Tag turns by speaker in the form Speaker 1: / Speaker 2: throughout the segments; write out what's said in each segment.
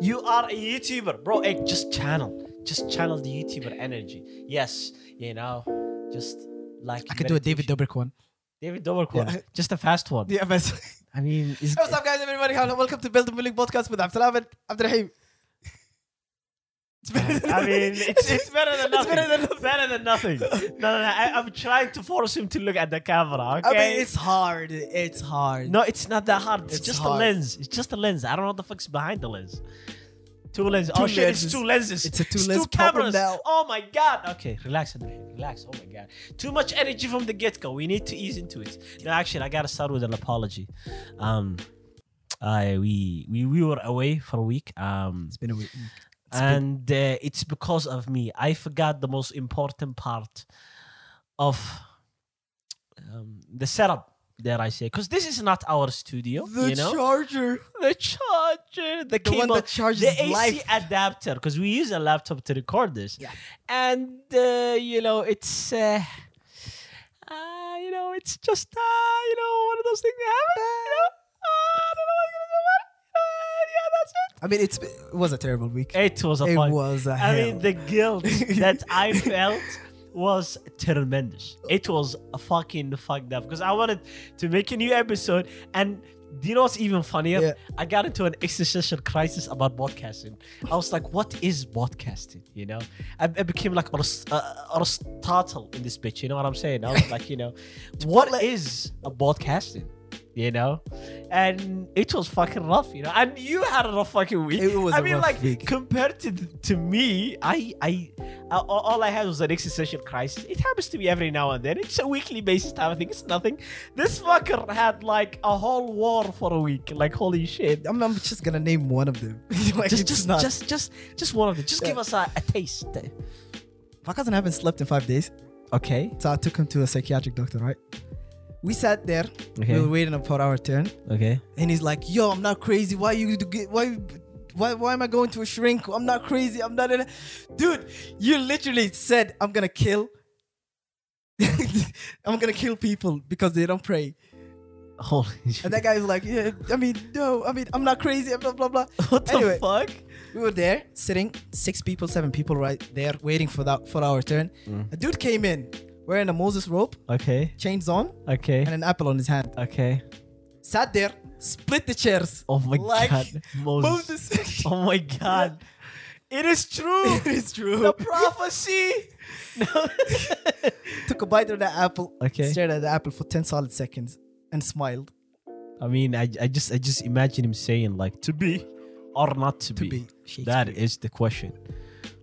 Speaker 1: You are a YouTuber, bro. Hey, just channel, just channel the YouTuber energy. Yes, you know, just like
Speaker 2: I could do a David Dobrik one.
Speaker 1: David Dobrik one,
Speaker 2: Yeah.
Speaker 1: just a fast one.
Speaker 2: Yeah, but
Speaker 1: I mean, is,
Speaker 2: what's up, guys? Everybody, hello. Welcome to Build the Building Podcast with Abdullah and Abdurrahim. It's better than-
Speaker 1: I mean, it's, it's better than
Speaker 2: Uh, It's
Speaker 1: nothing.
Speaker 2: better than nothing.
Speaker 1: better than nothing. No, no, no. I, I'm trying to force him to look at the camera. Okay.
Speaker 2: I mean, it's hard. It's hard.
Speaker 1: no, it's not that hard. It's,
Speaker 2: It's
Speaker 1: just
Speaker 2: hard.
Speaker 1: a lens. It's just a lens. I don't know what the fuck's behind the lens. Two lenses. oh
Speaker 2: Two
Speaker 1: shit! It's
Speaker 2: lenses.
Speaker 1: two lenses.
Speaker 2: It's a two
Speaker 1: it's
Speaker 2: lens
Speaker 1: Two
Speaker 2: problem
Speaker 1: cameras.
Speaker 2: now.
Speaker 1: Oh my god. Okay, relax, Andre. Relax. Oh my god. Too much energy from the get go. We need to ease into it. No, actually, I gotta start with an apology. Um, I we we we were away for a week. Um,
Speaker 2: it's been a week. It's been-
Speaker 1: and uh, it's because of me. I forgot the most important part of um, the setup. Dare I say? Because this is not our studio,
Speaker 2: the
Speaker 1: you know.
Speaker 2: charger,
Speaker 1: the charger, the,
Speaker 2: the
Speaker 1: cable,
Speaker 2: one that charges
Speaker 1: the AC
Speaker 2: life.
Speaker 1: adapter. Because we use a laptop to record this,
Speaker 2: Yeah.
Speaker 1: and uh, you know it's. Uh, uh, you know, it's just uh, you know one of those things that happen. You know, uh, I don't know what I'm gonna do about it. Uh, yeah, that's it.
Speaker 2: I mean, it's it was a terrible week.
Speaker 1: It was a
Speaker 2: it
Speaker 1: fun-
Speaker 2: was a
Speaker 1: I
Speaker 2: hell.
Speaker 1: mean, the guilt that I felt was tremendous. It was fucking fucked up because I wanted to make a new episode. And do you know what's even funnier?
Speaker 2: Yeah.
Speaker 1: I got into an existential crisis about podcasting. I was like, what is podcasting? You know, I, I became like Arist- uh, Aristotle in this bitch. You know what I'm saying? I was like, you know, what is a podcasting? You know, and it was fucking rough, you know. And you had a rough fucking week.
Speaker 2: It was
Speaker 1: I
Speaker 2: a
Speaker 1: mean,
Speaker 2: rough
Speaker 1: like
Speaker 2: week.
Speaker 1: compared to to me, I I uh, all all I had was an existential crisis. It happens to me every now and then. It's a weekly basis type of thing. It's nothing. This fucker had like a whole war for a week. Like holy shit.
Speaker 2: I'm, I'm just gonna name one of them. like,
Speaker 1: Just
Speaker 2: it's
Speaker 1: just
Speaker 2: not.
Speaker 1: just just just one of them. Just
Speaker 2: Yeah.
Speaker 1: give us a, a taste.
Speaker 2: my cousin haven't slept in five days,
Speaker 1: Okay.
Speaker 2: so I took him to a psychiatric doctor. Right? We sat there.
Speaker 1: Okay.
Speaker 2: We were waiting for our turn,
Speaker 1: Okay.
Speaker 2: and he's like, "Yo, I'm not crazy. Why you? do get- Why?" Why, why am I going to a shrink? I'm not crazy. I'm not in a... Dude, you literally said, I'm going to kill. I'm going to kill people because they don't pray.
Speaker 1: Holy shit.
Speaker 2: And that guy was like, yeah, I mean, no, I mean, I'm not crazy, blah, blah, blah.
Speaker 1: What the
Speaker 2: Anyway.
Speaker 1: fuck?
Speaker 2: We were there, sitting, six people, seven people right there, waiting for that for our turn.
Speaker 1: Mm.
Speaker 2: A dude came in wearing a Moses robe,
Speaker 1: Okay.
Speaker 2: chains on,
Speaker 1: Okay.
Speaker 2: and an apple on his hand.
Speaker 1: Okay.
Speaker 2: Sat there, split the chairs.
Speaker 1: Oh my
Speaker 2: Like,
Speaker 1: god. Moses.
Speaker 2: Moses.
Speaker 1: Oh my god. It is true.
Speaker 2: it is true.
Speaker 1: the prophecy.
Speaker 2: Took a bite of the apple,
Speaker 1: Okay.
Speaker 2: stared at the apple for 10 solid seconds, and smiled
Speaker 1: I mean, I, I just I just imagine him saying like to be or not to,
Speaker 2: to
Speaker 1: be.
Speaker 2: be.
Speaker 1: That is the question.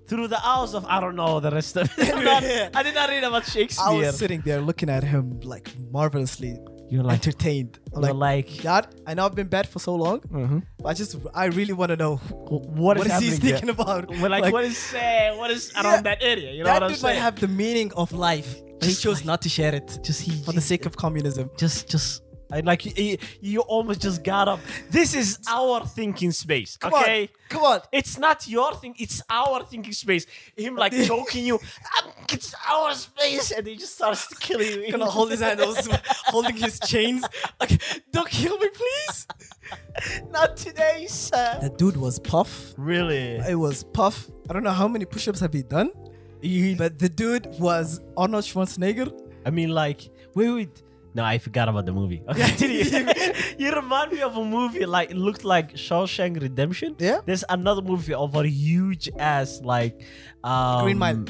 Speaker 1: Through the hours of I don't know the rest of it. I'm not- I did not read about
Speaker 2: I
Speaker 1: Shakespeare.
Speaker 2: was sitting there looking at him like marvelously
Speaker 1: you're like
Speaker 2: entertained. I'm
Speaker 1: you're
Speaker 2: like,
Speaker 1: like,
Speaker 2: God, I know I've been bad for so long,
Speaker 1: mhm.
Speaker 2: but I just, I really want to know
Speaker 1: what is,
Speaker 2: what is he
Speaker 1: happening here?
Speaker 2: thinking about?
Speaker 1: We're like, what is uh, what is around
Speaker 2: Yeah.
Speaker 1: that area? You know
Speaker 2: that
Speaker 1: what I'm
Speaker 2: dude might
Speaker 1: saying?
Speaker 2: have the meaning of life. but he
Speaker 1: Just
Speaker 2: chose
Speaker 1: like-
Speaker 2: not to share it
Speaker 1: just he
Speaker 2: for the sake of communism.
Speaker 1: just just I like you, you almost just got up. This is our thinking space.
Speaker 2: Come
Speaker 1: okay.
Speaker 2: on, come on.
Speaker 1: It's not your thing. It's our thinking space. Him like choking you. "Um, It's our space, and he just starts killing you.
Speaker 2: Gonna hold his hand, I was holding his chains. Like, don't kill me, please.
Speaker 1: Not today, sir.
Speaker 2: That dude was puff.
Speaker 1: Really?
Speaker 2: It was puff. I don't know how many push-ups have he done, but the dude was Arnold Schwarzenegger.
Speaker 1: I mean, like, wait, wait. No, I forgot about the movie. Okay, you, you remind me of a movie like it looked like Shawshank Redemption.
Speaker 2: Yeah.
Speaker 1: There's another movie of a huge ass like um,
Speaker 2: Green Mile.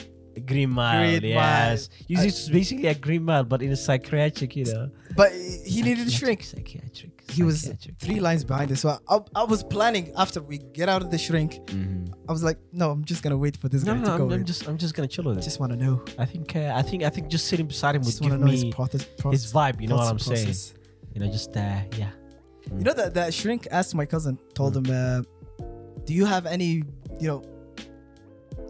Speaker 1: Green Mile.
Speaker 2: Green Mile.
Speaker 1: yes. You see, It's basically a Green Mile, but in a psychiatric, you know.
Speaker 2: But he needed to shrink.
Speaker 1: Psychiatric.
Speaker 2: He was
Speaker 1: psychiatric.
Speaker 2: three lines behind us. So I, I was planning after we get out of the shrink.
Speaker 1: Mm-hmm.
Speaker 2: I was like, no, I'm just gonna wait for this
Speaker 1: No,
Speaker 2: guy
Speaker 1: no,
Speaker 2: to
Speaker 1: I'm,
Speaker 2: go.
Speaker 1: I'm
Speaker 2: in.
Speaker 1: just, I'm just gonna chill with it.
Speaker 2: just want to know.
Speaker 1: I think, uh, I think, I think, just sitting beside him would
Speaker 2: Just want to
Speaker 1: give
Speaker 2: know his
Speaker 1: me
Speaker 2: process.
Speaker 1: his,
Speaker 2: process
Speaker 1: vibe. You know what I'm
Speaker 2: process-
Speaker 1: saying?
Speaker 2: process.
Speaker 1: You know, just, uh, yeah.
Speaker 2: You know that that shrink asked my cousin, told
Speaker 1: Hmm.
Speaker 2: him, uh, "Do you have any, you know,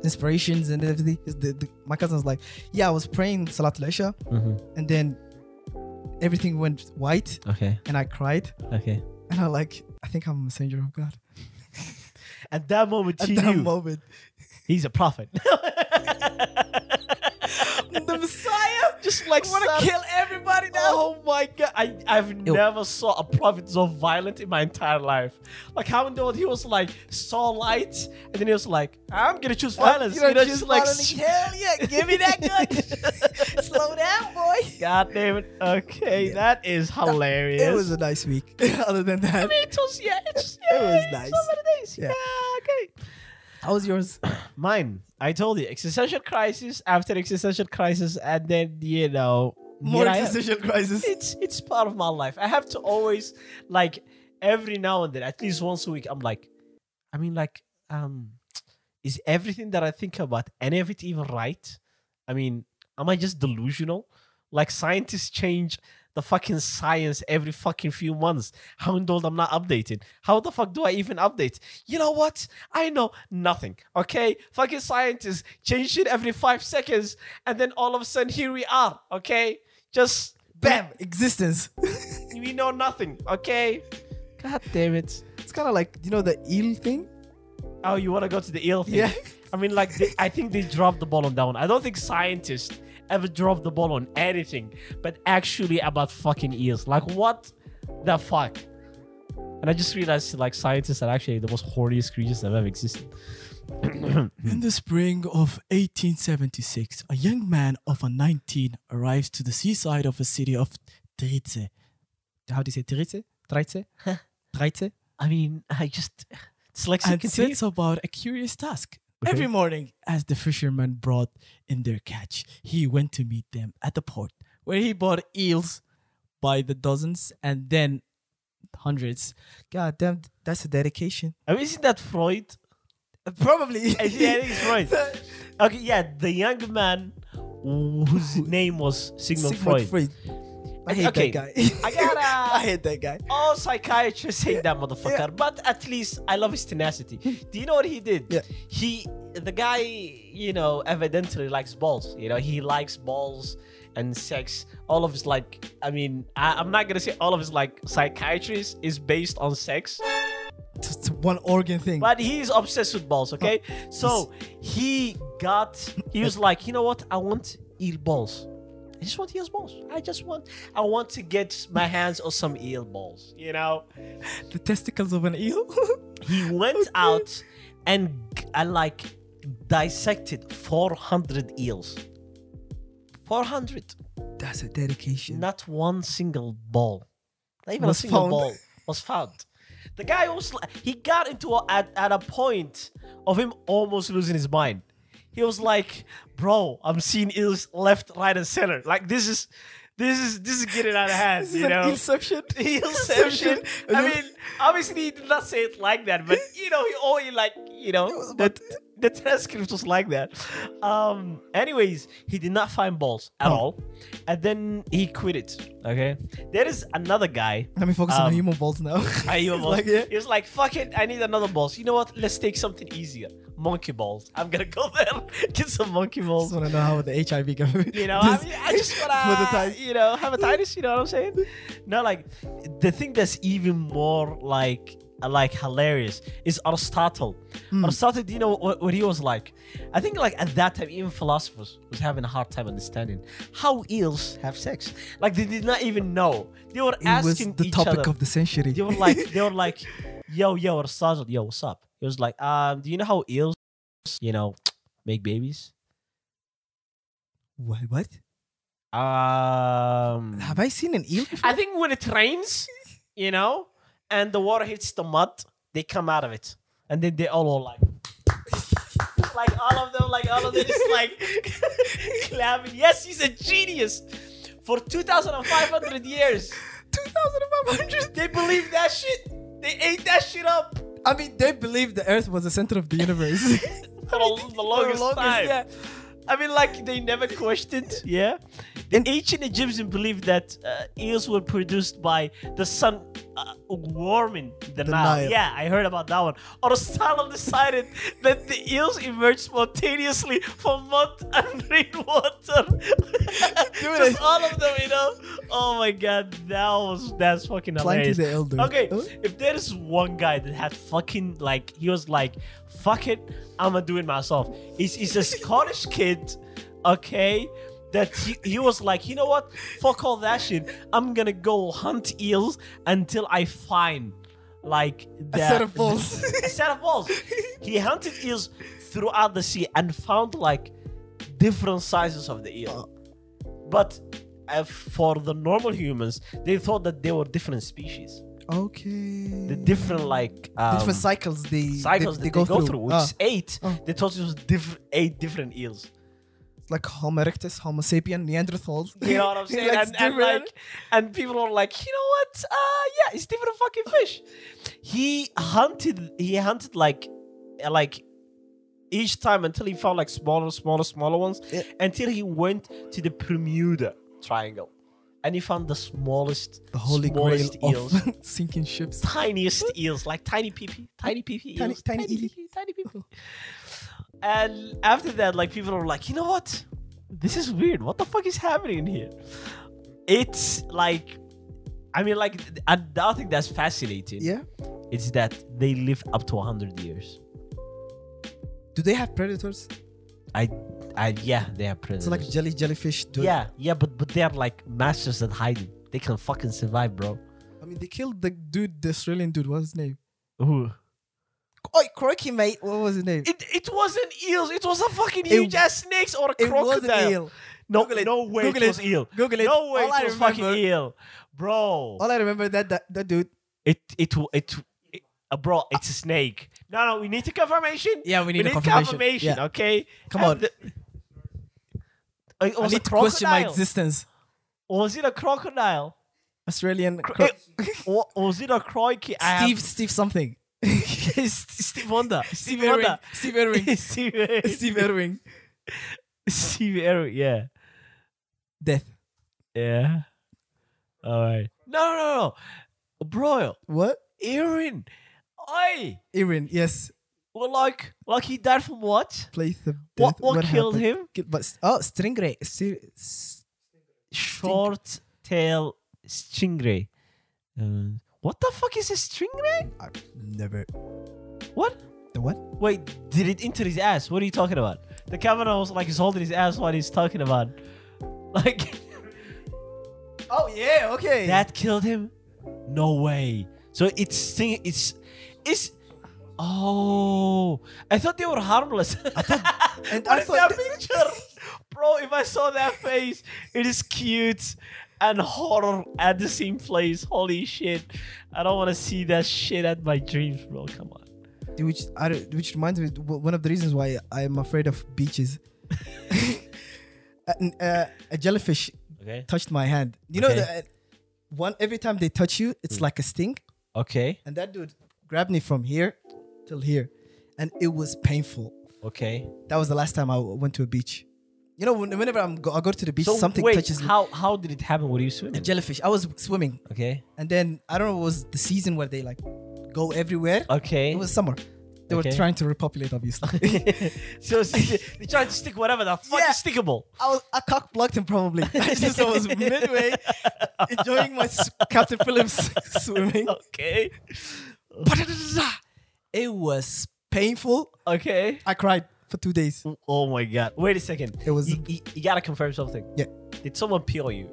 Speaker 2: inspirations and everything?" Is The, the, my cousin was like, "Yeah, I was praying Salat al Isha,
Speaker 1: Mm-hmm.
Speaker 2: and then everything went white,
Speaker 1: Okay,
Speaker 2: and I cried,
Speaker 1: okay.
Speaker 2: and I like, I think I'm a messenger of God."
Speaker 1: At that moment,
Speaker 2: At
Speaker 1: he
Speaker 2: that
Speaker 1: knew
Speaker 2: moment,
Speaker 1: he's a prophet.
Speaker 2: the Messiah.
Speaker 1: just like
Speaker 3: want
Speaker 1: sad-
Speaker 3: to kill everybody now.
Speaker 1: Oh my god! I I've never saw a prophet so violent in my entire life. Like how in the world he was like so light, and then he was like, "I'm gonna choose violence."
Speaker 3: You know, just
Speaker 1: just like
Speaker 3: hell yeah, give me that gun. Slow down, boy.
Speaker 1: God damn it! Okay, that is hilarious.
Speaker 2: It was a nice week. Other than
Speaker 1: I
Speaker 2: that,
Speaker 1: mean, it was yeah, it was,
Speaker 2: It
Speaker 1: yeah,
Speaker 2: was
Speaker 1: it's
Speaker 2: nice.
Speaker 1: So many days.
Speaker 2: Yeah.
Speaker 1: Yeah. okay.
Speaker 2: how was yours?
Speaker 1: Mine, I told you, existential crisis after existential crisis, and then you know
Speaker 2: More
Speaker 1: here I am.
Speaker 2: existential crisis.
Speaker 1: it's it's part of my life. I have to always like every now and then, at least once a week, I'm like, I mean, like, um, is everything that I think about any of it even right? I mean, am I just delusional? Like scientists change the fucking science every fucking few months. How in the world I'm not updated? How the fuck do I even update? You know what? I know nothing. Okay, fucking scientists change shit every five seconds, and then all of a sudden here we are. Okay, just
Speaker 2: Bam, existence.
Speaker 1: we know nothing, okay? God damn it.
Speaker 2: It's kind of like you know the eel thing.
Speaker 1: Oh, you want to go to the eel thing?
Speaker 2: Yeah.
Speaker 1: I mean, like, they, I think they dropped the ball on that one. I don't think scientists ever dropped the ball on anything, but actually about fucking eels. Like, what the fuck? And I just realized, like, scientists are actually the most horniest creatures that have ever existed.
Speaker 2: In the spring of 1876, a young man of a 19 arrives to the seaside of a city of Trice. How do you say Trice? Trice? Trice?
Speaker 1: I mean, I just. Dyslexic
Speaker 2: And
Speaker 1: continue.
Speaker 2: sets about a curious task.
Speaker 1: Okay.
Speaker 2: Every morning, as the fishermen brought in their catch, he went to meet them at the port, where he bought eels by the dozens and then hundreds. God damn, that's a dedication.
Speaker 1: I mean, isn't that Freud?
Speaker 2: Probably.
Speaker 1: I think I think it's Freud. Okay, yeah, the young man whose name was Sigmund, Freud.
Speaker 2: I hate
Speaker 1: Okay.
Speaker 2: that guy.
Speaker 1: I gotta-
Speaker 2: I hate that guy.
Speaker 1: All psychiatrists hate that motherfucker, but at least I love his tenacity. Do you know what he did?
Speaker 2: Yeah.
Speaker 1: He, the guy, you know, evidently likes balls. You know, he likes balls and sex. All of his like, I mean, I, I'm not gonna say all of his like psychiatrist is based on sex,
Speaker 2: Just one organ thing.
Speaker 1: but he's obsessed with balls. Okay, so he got, he was like, you know what? I want eel balls. I just want eel balls. I just want, I want to get my hands on some eel balls. You know.
Speaker 2: the testicles of an eel.
Speaker 1: he went out and g- and like dissected 400 eels 400
Speaker 2: That's a dedication.
Speaker 1: not one single ball not even
Speaker 2: Was
Speaker 1: a single
Speaker 2: found.
Speaker 1: ball was found the guy was like, he got into a, at, at a point of him almost losing his mind he was like bro i'm seeing eels left right and center like this is this is this is getting out of hand
Speaker 2: This is
Speaker 1: you
Speaker 2: an
Speaker 1: know
Speaker 2: inception.
Speaker 1: Inception. I mean, obviously he did not say it like that, but you know, he only like you know that the transcript was like that. Um. Anyways, he did not find balls at
Speaker 2: Oh.
Speaker 1: all, and then he quit it. Okay. There is another guy.
Speaker 2: Let me focus on
Speaker 1: Um,
Speaker 2: human balls now.
Speaker 1: I
Speaker 2: It's
Speaker 1: even was-
Speaker 2: like, yeah.
Speaker 1: He was like, "Fuck it, I need another balls." You know what? Let's take something easier. Monkey balls. I'm gonna go there get some monkey
Speaker 2: I just
Speaker 1: balls.
Speaker 2: want to know how the HIV government.
Speaker 1: You know, I mean, I just wanna, you know, hepatitis. You know what I'm saying? No, like the thing that's even more like like hilarious is Aristotle.
Speaker 2: Hmm.
Speaker 1: Aristotle, do you know what, what he was like? I think like at that time, even philosophers was having a hard time understanding how eels have sex. Like they did not even know. They were
Speaker 2: It was
Speaker 1: asking
Speaker 2: the
Speaker 1: each
Speaker 2: topic
Speaker 1: other.
Speaker 2: of the century.
Speaker 1: They were like, they were like, yo, yo, Aristotle, yo, what's up? He was like, um, do you know how eels, you know, make babies?
Speaker 2: what? what?
Speaker 1: Um,
Speaker 2: Have I seen an eel?
Speaker 1: I think when it rains, you know, and the water hits the mud, they come out of it, and then they all are like, like all of them, like all of them, just like clapping. Yes, he's a genius. For two thousand and five hundred years,
Speaker 2: 2,500.
Speaker 1: they believed that shit. They ate that shit up
Speaker 2: I mean, they believed the earth was the center of the universe.
Speaker 1: for a- the longest,
Speaker 2: longest,
Speaker 1: time.
Speaker 2: yeah.
Speaker 1: I mean, like they never questioned. Yeah, the ancient Egyptians believed that uh, eels were produced by the sun uh, warming the,
Speaker 2: The
Speaker 1: Nile.
Speaker 2: Nile.
Speaker 1: Yeah, I heard about that one. Aristotle decided that the eels emerged spontaneously from mud and rainwater.
Speaker 2: it.
Speaker 1: Just all of them, you know. Oh my god, that was that's fucking
Speaker 2: Plenty
Speaker 1: hilarious.
Speaker 2: the elder.
Speaker 1: Okay,
Speaker 2: Huh?
Speaker 1: if there is one guy that had fucking like he was like, fuck it, I'ma do it myself. He's, he's a Scottish kid, okay, that he, he was like, you know what? Fuck all that shit. I'm gonna go hunt eels until I find like the,
Speaker 2: set of balls.
Speaker 1: a set of balls. He hunted eels throughout the sea and found like different sizes of the eel.
Speaker 2: Uh.
Speaker 1: But uh, for the normal humans, they thought that they were different species,
Speaker 2: Okay.
Speaker 1: the different like um,
Speaker 2: different cycles they
Speaker 1: cycles
Speaker 2: they,
Speaker 1: that they, go, through, which
Speaker 2: Ah,
Speaker 1: is eight.
Speaker 2: Oh.
Speaker 1: They thought it was diff- eight different eels.
Speaker 2: like Homo erectus, Homo sapien, Neanderthals.
Speaker 1: You know what I'm saying?
Speaker 2: Like,
Speaker 1: and, and
Speaker 2: different-
Speaker 1: like, and people are like, you know what? Uh, yeah, it's different fucking fish. He hunted. He hunted like, uh, like, each time until he found like smaller, smaller, smaller ones.
Speaker 2: Yeah.
Speaker 1: Until he went to the Bermuda Triangle, and he found the smallest,
Speaker 2: the holy grail
Speaker 1: smallest eels,
Speaker 2: of sinking ships.
Speaker 1: tiniest eels, like tiny pee pee, tiny pee pee,
Speaker 2: Hmm? Tiny-
Speaker 1: eels,
Speaker 2: tiny eely.
Speaker 1: pee-pee, tiny pee pee. And after that, like people are like, you know what? This is weird. What the fuck is happening here? It's like, I mean, like another thing that's fascinating
Speaker 2: Yeah.
Speaker 1: is that they live up to hundred years.
Speaker 2: Do they have predators?
Speaker 1: I, I yeah, they are predators.
Speaker 2: So like jelly jellyfish. Do
Speaker 1: yeah, yeah, but but they're like masters at hiding. They can fucking survive, bro.
Speaker 2: I mean, they killed the dude, the Australian dude. What's his name?
Speaker 1: Ooh.
Speaker 2: Oh, crikey, mate. What was his name?
Speaker 1: It, it wasn't eels. It was a fucking huge ass snakes or a
Speaker 2: It
Speaker 1: crocodile.
Speaker 2: was an eel.
Speaker 1: No,
Speaker 2: Google it.
Speaker 1: no way
Speaker 2: Google
Speaker 1: it
Speaker 2: it.
Speaker 1: was eel.
Speaker 2: Google it.
Speaker 1: No way
Speaker 2: All
Speaker 1: it
Speaker 2: I
Speaker 1: was
Speaker 2: remember,
Speaker 1: fucking eel, bro.
Speaker 2: All I remember that that, that dude.
Speaker 1: It it w- it, w- it uh, bro. It's a snake. No, no, we need the confirmation.
Speaker 2: Yeah, we
Speaker 1: we need confirmation. Okay,
Speaker 2: Come
Speaker 1: And
Speaker 2: on.
Speaker 1: the- Uh, it
Speaker 2: I
Speaker 1: was a
Speaker 2: need to question my
Speaker 1: crocodile.
Speaker 2: existence.
Speaker 1: Or was it a crocodile?
Speaker 2: Australian.
Speaker 1: Cro- or, or was it a crikey? I
Speaker 2: Steve,
Speaker 1: have-
Speaker 2: Steve something.
Speaker 1: Steve Wonder.
Speaker 2: Steve Irwin. Steve Irwin.
Speaker 1: Steve
Speaker 2: Steve Irwin.
Speaker 1: Steve Irwin. Yeah.
Speaker 2: Death.
Speaker 1: Yeah. All right. No, no, no, bro.
Speaker 2: What?
Speaker 1: Aaron, I
Speaker 2: Irwin. Yes.
Speaker 1: well, like, like he died from what?
Speaker 2: Place of death.
Speaker 1: What, what, killed
Speaker 2: happened?
Speaker 1: him?
Speaker 2: Ki- But s- oh, stingray. Stir- s-
Speaker 1: Short tail stingray. Uh, what the fuck is a stingray?
Speaker 2: I've never.
Speaker 1: What?
Speaker 2: The what?
Speaker 1: Wait, did it enter his ass? What are you talking about? The camera was like he's holding his ass while he's talking about, like
Speaker 2: Oh yeah. Okay.
Speaker 1: that killed him. No way. So it's sting. It's it's. Oh, I thought they were harmless.
Speaker 2: and
Speaker 1: What
Speaker 2: I
Speaker 1: is that
Speaker 2: thought.
Speaker 1: picture? Bro, if I saw that face, it is cute and horror at the same place. Holy shit. I don't want to see that shit at my dreams, bro. Come on.
Speaker 2: which I don't- which reminds me w- one of the reasons why I'm afraid of beaches. a, uh, a jellyfish
Speaker 1: Okay.
Speaker 2: touched my hand. You know,
Speaker 1: Okay.
Speaker 2: the, uh, one every time they touch you, it's like a sting.
Speaker 1: Okay.
Speaker 2: And that dude grabbed me from here till here, and it was painful.
Speaker 1: Okay.
Speaker 2: That was the last time I w- went to a beach. You know, when- whenever I'm go- I go to the beach,
Speaker 1: So
Speaker 2: something
Speaker 1: wait,
Speaker 2: touches me.
Speaker 1: how how did it happen? Were you
Speaker 2: A
Speaker 1: swimming?
Speaker 2: jellyfish. I was swimming,
Speaker 1: Okay.
Speaker 2: and then I don't know. It was the season where they like go everywhere.
Speaker 1: Okay.
Speaker 2: It was summer. They
Speaker 1: Okay.
Speaker 2: were trying to repopulate, obviously.
Speaker 1: so see, they tried to stick whatever the fuck
Speaker 2: Yeah.
Speaker 1: is stickable.
Speaker 2: I was I cock blocked him probably. I just I was midway enjoying my s- Captain Phillips swimming.
Speaker 1: Okay.
Speaker 2: It was painful.
Speaker 1: Okay.
Speaker 2: I cried for two days.
Speaker 1: Oh my god. Wait a second.
Speaker 2: It was-
Speaker 1: you, you- you gotta confirm something.
Speaker 2: Yeah.
Speaker 1: Did someone peel you?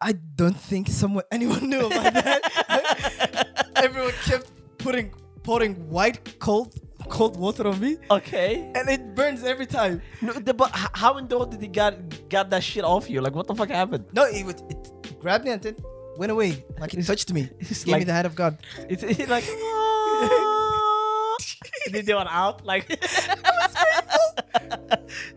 Speaker 2: I don't think someone anyone knew about that. Everyone kept putting pouring white cold cold water on me,
Speaker 1: Okay.
Speaker 2: and it burns every time.
Speaker 1: No, the, but h- how in the world did he got got that shit off you? Like, what the fuck happened?
Speaker 2: No, it would it grabbed me and then went away like it touched me.
Speaker 1: it's
Speaker 2: Gave me
Speaker 1: like-
Speaker 2: the hand of God.
Speaker 1: It's, it's like. "Ah." did they want out? Like.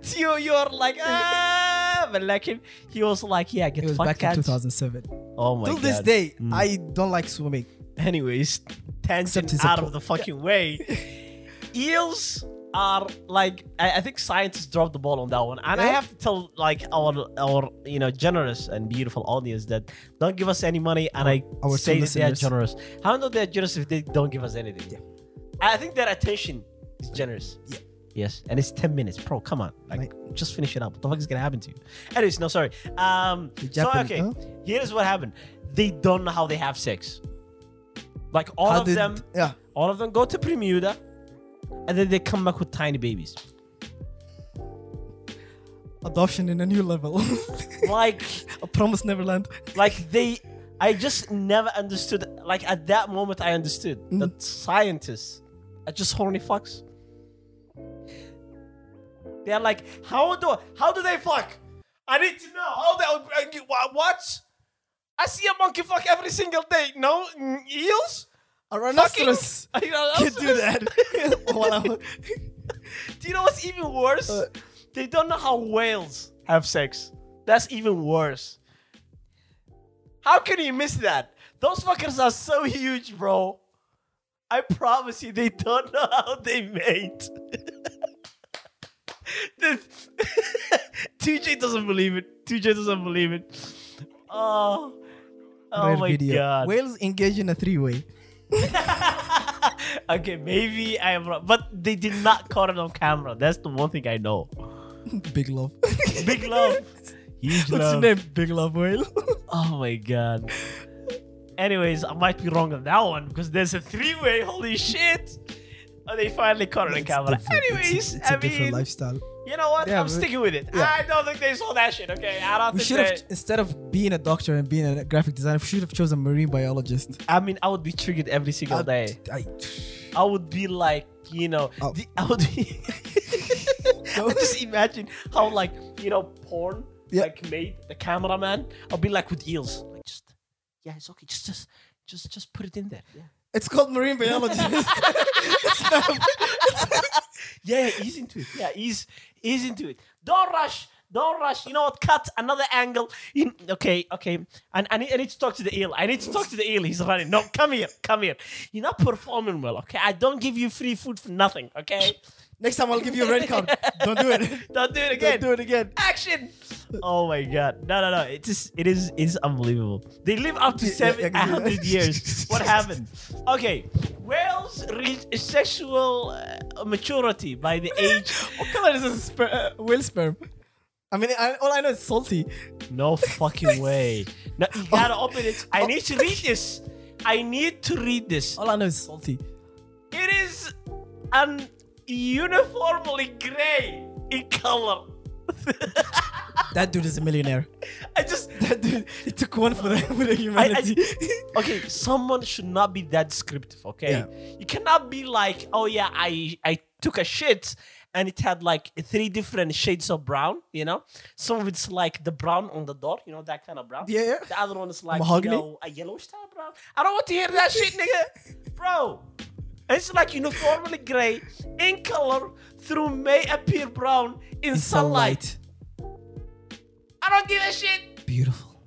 Speaker 1: Tio, you're like ah, but like him, he was like, yeah, get
Speaker 2: It was
Speaker 1: fucked
Speaker 2: back in
Speaker 1: out.
Speaker 2: 2007.
Speaker 1: Oh my
Speaker 2: Till
Speaker 1: god.
Speaker 2: this day,
Speaker 1: Mm.
Speaker 2: I don't like swimming.
Speaker 1: anyways, tangent
Speaker 2: Except it's a
Speaker 1: out
Speaker 2: pro-
Speaker 1: of the fucking way. Eels are like I, I think scientists dropped the ball on that one, and I
Speaker 2: Yeah.
Speaker 1: have to tell like our our you know generous and beautiful audience that don't give us any money, and I
Speaker 2: Our
Speaker 1: say
Speaker 2: two
Speaker 1: that they are
Speaker 2: listeners.
Speaker 1: generous. How do they are generous if they don't give us anything?
Speaker 2: Yeah.
Speaker 1: I think their attention is generous.
Speaker 2: Yeah.
Speaker 1: Yes, and it's ten minutes, bro. Come on, like
Speaker 2: Mate.
Speaker 1: just finish it up. What the fuck is gonna happen to you? Anyways, no, sorry. Um,
Speaker 2: The
Speaker 1: so
Speaker 2: Japanese-
Speaker 1: okay,
Speaker 2: huh?
Speaker 1: here's what happened. They don't know how they have sex. Like all
Speaker 2: How
Speaker 1: of
Speaker 2: did-
Speaker 1: them,
Speaker 2: Yeah.
Speaker 1: all of them go to Bermuda, and then they come back with tiny babies.
Speaker 2: adoption in a new level.
Speaker 1: like
Speaker 2: I promise Neverland.
Speaker 1: like they i just never understood like at that moment i understood
Speaker 2: Mm-hmm.
Speaker 1: that scientists are just horny fucks they're like how do how do they fuck i need to know how they wha- what i see a monkey fuck every single day no Mm, eels
Speaker 2: A
Speaker 1: rhinoceros.
Speaker 2: rhinoceros
Speaker 1: I
Speaker 2: can do that. Wallah.
Speaker 1: do you know what's even worse
Speaker 2: Uh.
Speaker 1: they don't know how whales have sex that's even worse how can you miss that those fuckers are so huge bro i promise you they don't know how they mate The- 2j doesn't believe it 2j doesn't believe it oh oh
Speaker 2: Rare
Speaker 1: my
Speaker 2: video.
Speaker 1: god
Speaker 2: Whales engage in a three-way.
Speaker 1: okay, maybe I am wrong, but they did not caught it on camera. That's the one thing I know.
Speaker 2: Big love.
Speaker 1: Big love, huge
Speaker 2: What's your
Speaker 1: love.
Speaker 2: name? Big love whale.
Speaker 1: Oh my god. Anyways, I might be wrong on that one because there's a three-way. Holy shit! And they finally caught it on
Speaker 2: It's
Speaker 1: camera.
Speaker 2: different. It's-
Speaker 1: Anyways,
Speaker 2: it's a
Speaker 1: I
Speaker 2: different
Speaker 1: mean,
Speaker 2: lifestyle.
Speaker 1: you know what?
Speaker 2: Yeah,
Speaker 1: I'm
Speaker 2: but-
Speaker 1: sticking with it.
Speaker 2: yeah.
Speaker 1: I don't think they saw that shit. Okay, I don't
Speaker 2: We
Speaker 1: think
Speaker 2: should
Speaker 1: they.
Speaker 2: have, instead of being a doctor and being a graphic designer, we should have chosen marine biologist.
Speaker 1: I mean, I would be triggered every single day.
Speaker 2: I,
Speaker 1: I would be like, you know,
Speaker 2: Oh.
Speaker 1: the, I would be. I just imagine how, like, you know, porn,
Speaker 2: Yeah.
Speaker 1: like, made the cameraman. I'll be like with eels, like just, yeah, it's okay, just, just, just, just put it in there. Yeah,
Speaker 2: it's called marine biologist.
Speaker 1: yeah, yeah, ease into it. Yeah, ease, ease into it. Don't rush. Don't rush. You know what? Cut another angle. In, okay, okay. And I need, I need to talk to the eel. I need to talk to the eel. He's running. No, come here, come here. You're not performing well. Okay, I don't give you free food for nothing. Okay,
Speaker 2: Next time I'll give you a red card. Don't do it.
Speaker 1: don't do it again.
Speaker 2: Don't do it again.
Speaker 1: action. Oh my god. No, no, no. It is it is it is unbelievable. They live up to
Speaker 2: Yeah, yeah, yeah,
Speaker 1: seven
Speaker 2: I can do
Speaker 1: hundred
Speaker 2: that.
Speaker 1: years. What happened? Okay. Whales reach sexual uh, maturity by the age
Speaker 2: What color is this sper- uh, whale sperm? I mean, I, all I know is salty.
Speaker 1: No fucking way. No, you gotta open it. I need to read this. I need to read this.
Speaker 2: All I know is salty.
Speaker 1: It is an uniformly grey in color.
Speaker 2: That dude is a millionaire.
Speaker 1: I just
Speaker 2: That dude, he took one for the, for the humanity.
Speaker 1: okay, someone should not be that descriptive, okay?
Speaker 2: Yeah.
Speaker 1: You cannot be like, oh yeah, I I took a shit and it had like three different shades of brown, you know? Some of it's like the brown on the door, you know, that kind of brown.
Speaker 2: Yeah, yeah.
Speaker 1: The other one is like you
Speaker 2: Mahogany?
Speaker 1: know, a yellowish type brown. I don't want to hear that shit, nigga. Bro. It's like uniformly gray in color through may appear brown in,
Speaker 2: In
Speaker 1: sunlight. I don't give a shit.
Speaker 2: Beautiful.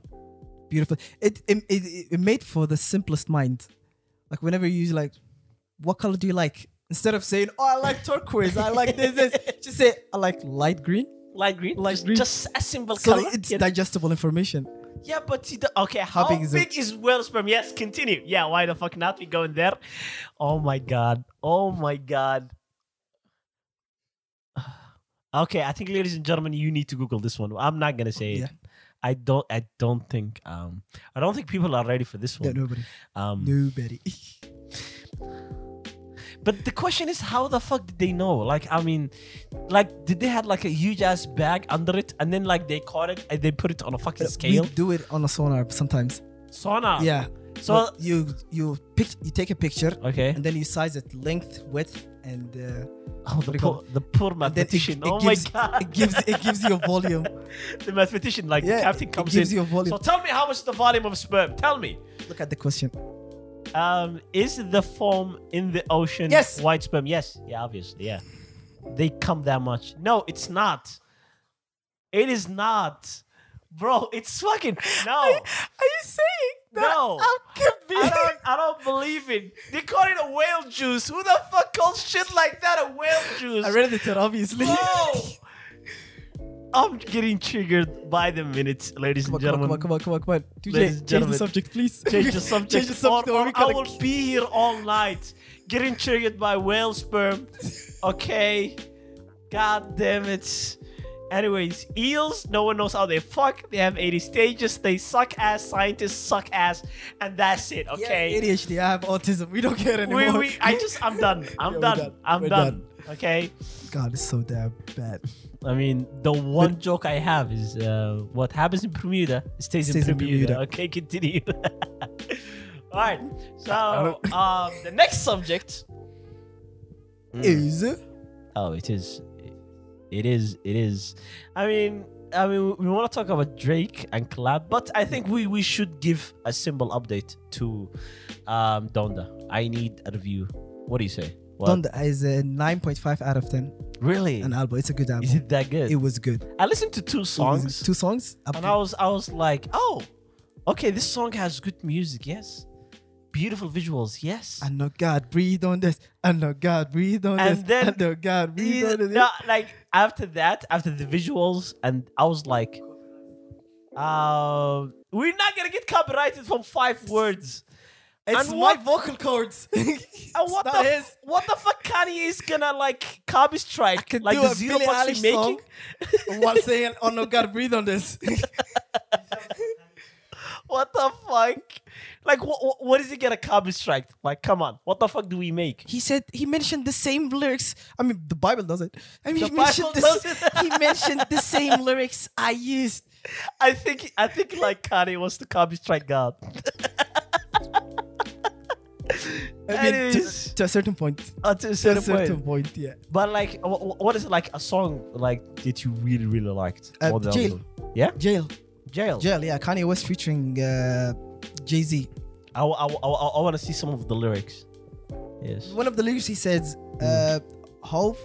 Speaker 2: Beautiful. It, it, it, it made for the simplest mind. Like, whenever you use, like, what color do you like? Instead of saying, oh, I like turquoise, I like this, this, just say, I like light green.
Speaker 1: Light green,
Speaker 2: Light
Speaker 1: just,
Speaker 2: green.
Speaker 1: just a simple
Speaker 2: So
Speaker 1: color.
Speaker 2: it's
Speaker 1: you know?
Speaker 2: digestible information.
Speaker 1: Yeah, but he do- okay. How,
Speaker 2: big
Speaker 1: big is,
Speaker 2: is it?
Speaker 1: big is whale sperm? Yes, continue. Yeah, why the fuck not? We going there. Oh my god. Oh my god. Okay, I think, ladies and gentlemen, you need to Google this one. I'm not gonna say
Speaker 2: Yeah.
Speaker 1: it. I don't. I don't think. Um, I don't think people are ready for this
Speaker 2: Yeah,
Speaker 1: one.
Speaker 2: nobody.
Speaker 1: Um,
Speaker 2: Nobody.
Speaker 1: But the question is, how the fuck did they know? Like, I mean, like, did they had like a huge ass bag under it, and then like they caught it and they put it on a fucking scale?
Speaker 2: We do it on a sonar sometimes.
Speaker 1: Sauna.
Speaker 2: Yeah.
Speaker 1: So-
Speaker 2: But you you pick you take a picture
Speaker 1: Okay.
Speaker 2: and then you size it length, width, and uh,
Speaker 1: Oh, the
Speaker 2: do
Speaker 1: poor,
Speaker 2: you call
Speaker 1: the poor
Speaker 2: and then it-
Speaker 1: mathematician.
Speaker 2: it,
Speaker 1: oh
Speaker 2: gives,
Speaker 1: my god.
Speaker 2: it gives it gives you a volume.
Speaker 1: the mathematician, like
Speaker 2: Yeah,
Speaker 1: the captain
Speaker 2: it
Speaker 1: comes
Speaker 2: gives
Speaker 1: in.
Speaker 2: you a volume.
Speaker 1: So tell me how much is the volume of sperm? Tell me.
Speaker 2: Look at the question.
Speaker 1: Um, is the form in the ocean
Speaker 2: Yes.
Speaker 1: white sperm? Yes. Yeah, obviously. Yeah. They come that much. No, it's not. It is not. Bro, it's fucking no.
Speaker 2: Are you saying
Speaker 1: that No. I
Speaker 2: can't
Speaker 1: I don't I don't believe it. They call it a whale juice. Who the fuck calls shit like that a whale juice?
Speaker 2: I read it obviously.
Speaker 1: Bro! I'm getting triggered by the minutes, ladies and
Speaker 2: Come on, come on,
Speaker 1: gentlemen.
Speaker 2: come on, come on, come on, come on.
Speaker 1: Ladies
Speaker 2: DJ,
Speaker 1: and
Speaker 2: change
Speaker 1: gentlemen.
Speaker 2: the subject, please.
Speaker 1: Change the subject,
Speaker 2: change the subject.
Speaker 1: or,
Speaker 2: or
Speaker 1: or
Speaker 2: we
Speaker 1: I
Speaker 2: gotta-
Speaker 1: will be here all night getting triggered by whale sperm. Okay. God damn it. Anyways, eels, no one knows how they fuck. They have 80 stages. They suck ass. Scientists suck ass. And that's it, okay?
Speaker 2: Yeah, ADHD. I have autism. We don't care
Speaker 1: we,
Speaker 2: anymore.
Speaker 1: we, I just, I'm done. I'm
Speaker 2: Yeah, we're
Speaker 1: done.
Speaker 2: done.
Speaker 1: I'm
Speaker 2: We're
Speaker 1: done. Okay?
Speaker 2: God, it's so damn bad.
Speaker 1: I mean, the one joke I have is uh, what happens in Bermuda stays,
Speaker 2: Stays
Speaker 1: in
Speaker 2: in
Speaker 1: Bermuda.
Speaker 2: Bermuda.
Speaker 1: Okay, continue. All right. So, um, the next subject.
Speaker 2: Is
Speaker 1: Oh, it is. It is. It is. I mean, I mean, we want to talk about Drake and collab, but I think we we should give a simple update to um Donda. I need a review. What do you say? What?
Speaker 2: Donda is a 9.5 out of 10.
Speaker 1: Really?
Speaker 2: An album. It's a good album.
Speaker 1: Is it that good?
Speaker 2: It was good.
Speaker 1: I listened to two songs,
Speaker 2: Two songs. Up
Speaker 1: and
Speaker 2: to-
Speaker 1: I was I was like, oh, okay, this song has good music. Yes, beautiful visuals. Yes.
Speaker 2: I know God breathe on this. I know God breathe on
Speaker 1: And
Speaker 2: this.
Speaker 1: then-
Speaker 2: I know God breathe
Speaker 1: Yeah,
Speaker 2: on this.
Speaker 1: no, like after that, after the visuals, and I was like, um, we're not gonna get copyrighted from five words.
Speaker 2: it's
Speaker 1: and
Speaker 2: my
Speaker 1: what-
Speaker 2: vocal cords.
Speaker 1: And what the f- what the fuck Kanye is gonna like copy strike
Speaker 2: can
Speaker 1: like
Speaker 2: do
Speaker 1: the
Speaker 2: a
Speaker 1: zero
Speaker 2: Billie
Speaker 1: Bucks
Speaker 2: Eilish
Speaker 1: he making?
Speaker 2: song. while saying, "Oh no, God breathe on this."
Speaker 1: What the fuck? Like what what, what is he gonna copy strike? Like come on, what the fuck do we make?
Speaker 2: he said he mentioned the same lyrics. I mean, the Bible does it. I mean,
Speaker 1: The
Speaker 2: he mentioned
Speaker 1: Bible
Speaker 2: this,
Speaker 1: does it.
Speaker 2: he mentioned the same lyrics I used.
Speaker 1: I think I think like Kanye wants to copy strike God.
Speaker 2: I
Speaker 1: That
Speaker 2: mean,
Speaker 1: is-
Speaker 2: to, to a certain point.
Speaker 1: Uh, to a
Speaker 2: To a
Speaker 1: certain point.
Speaker 2: certain point, yeah.
Speaker 1: But like, wh- wh- what is it like a song like that you really really liked?
Speaker 2: Uh,
Speaker 1: What the
Speaker 2: Jail.
Speaker 1: album? Yeah,
Speaker 2: Jail,
Speaker 1: jail.
Speaker 2: jail. Yeah, Kanye West featuring uh, Jay Z.
Speaker 1: I, want to see some of the lyrics. Yes.
Speaker 2: One of the lyrics he says, uh, "Hove,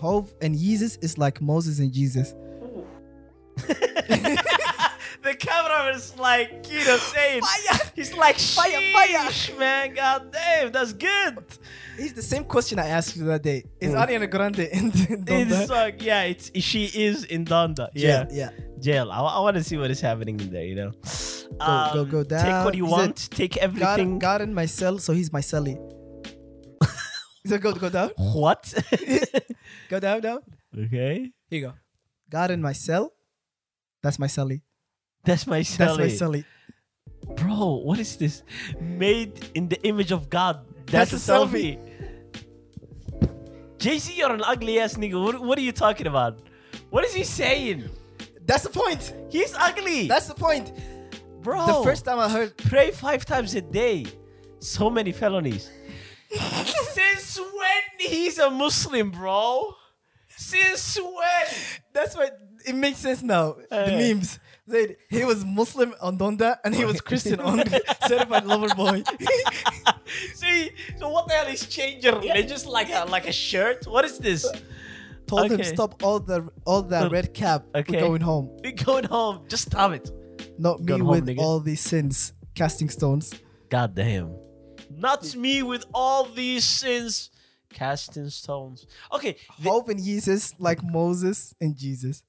Speaker 2: Hove and Jesus is like Moses and Jesus."
Speaker 1: the camera is like, you know, saying,
Speaker 2: Fire!
Speaker 1: he's like,
Speaker 2: Fire, fire!
Speaker 1: "Sheesh, man, god damn, that's good.
Speaker 2: It's the same question I asked you that day. Is
Speaker 1: Mm.
Speaker 2: Ariana Grande in, in
Speaker 1: It's
Speaker 2: Donda?
Speaker 1: like, yeah, it's she is in Donda. Yeah,
Speaker 2: Jail, yeah.
Speaker 1: jail. I, want to see what is happening in there. You know, go
Speaker 2: go, go
Speaker 1: Take what
Speaker 2: down.
Speaker 1: you
Speaker 2: Is it
Speaker 1: want. Take everything.
Speaker 2: God, God in my cell, so he's my cellie. so go, go down,
Speaker 1: What?
Speaker 2: go down, down.
Speaker 1: okay,
Speaker 2: Here you go. God in my cell, that's my cellie.
Speaker 1: that's my
Speaker 2: That's my
Speaker 1: celly.
Speaker 2: cellie.
Speaker 1: Bro, what is this? Made in the image of God. That's,
Speaker 2: That's
Speaker 1: a
Speaker 2: a
Speaker 1: selfie. JC, you're an ugly ass nigga. What, what are you talking about? What is he saying?
Speaker 2: That's the point.
Speaker 1: He's ugly.
Speaker 2: That's the point.
Speaker 1: Bro,
Speaker 2: The first time I heard,
Speaker 1: pray five times a day. So many felonies. Since when he's a Muslim, bro? Since when?
Speaker 2: that's why it makes sense now. the
Speaker 1: Uh.
Speaker 2: memes. They, he was Muslim on Donda and he was Christian on Certified Lover Boy.
Speaker 1: See, so what the hell is changing religious like a like a shirt? What is this?
Speaker 2: Told him
Speaker 1: Okay.
Speaker 2: stop all the all that red cap.
Speaker 1: Okay.
Speaker 2: We're going home.
Speaker 1: We going home. Just stop it.
Speaker 2: Not me
Speaker 1: Gone home,
Speaker 2: with
Speaker 1: nigga.
Speaker 2: all these sins, casting stones.
Speaker 1: God damn. Not me with all these sins casting stones. Okay. the-
Speaker 2: Hope in Jesus, like Moses and Jesus.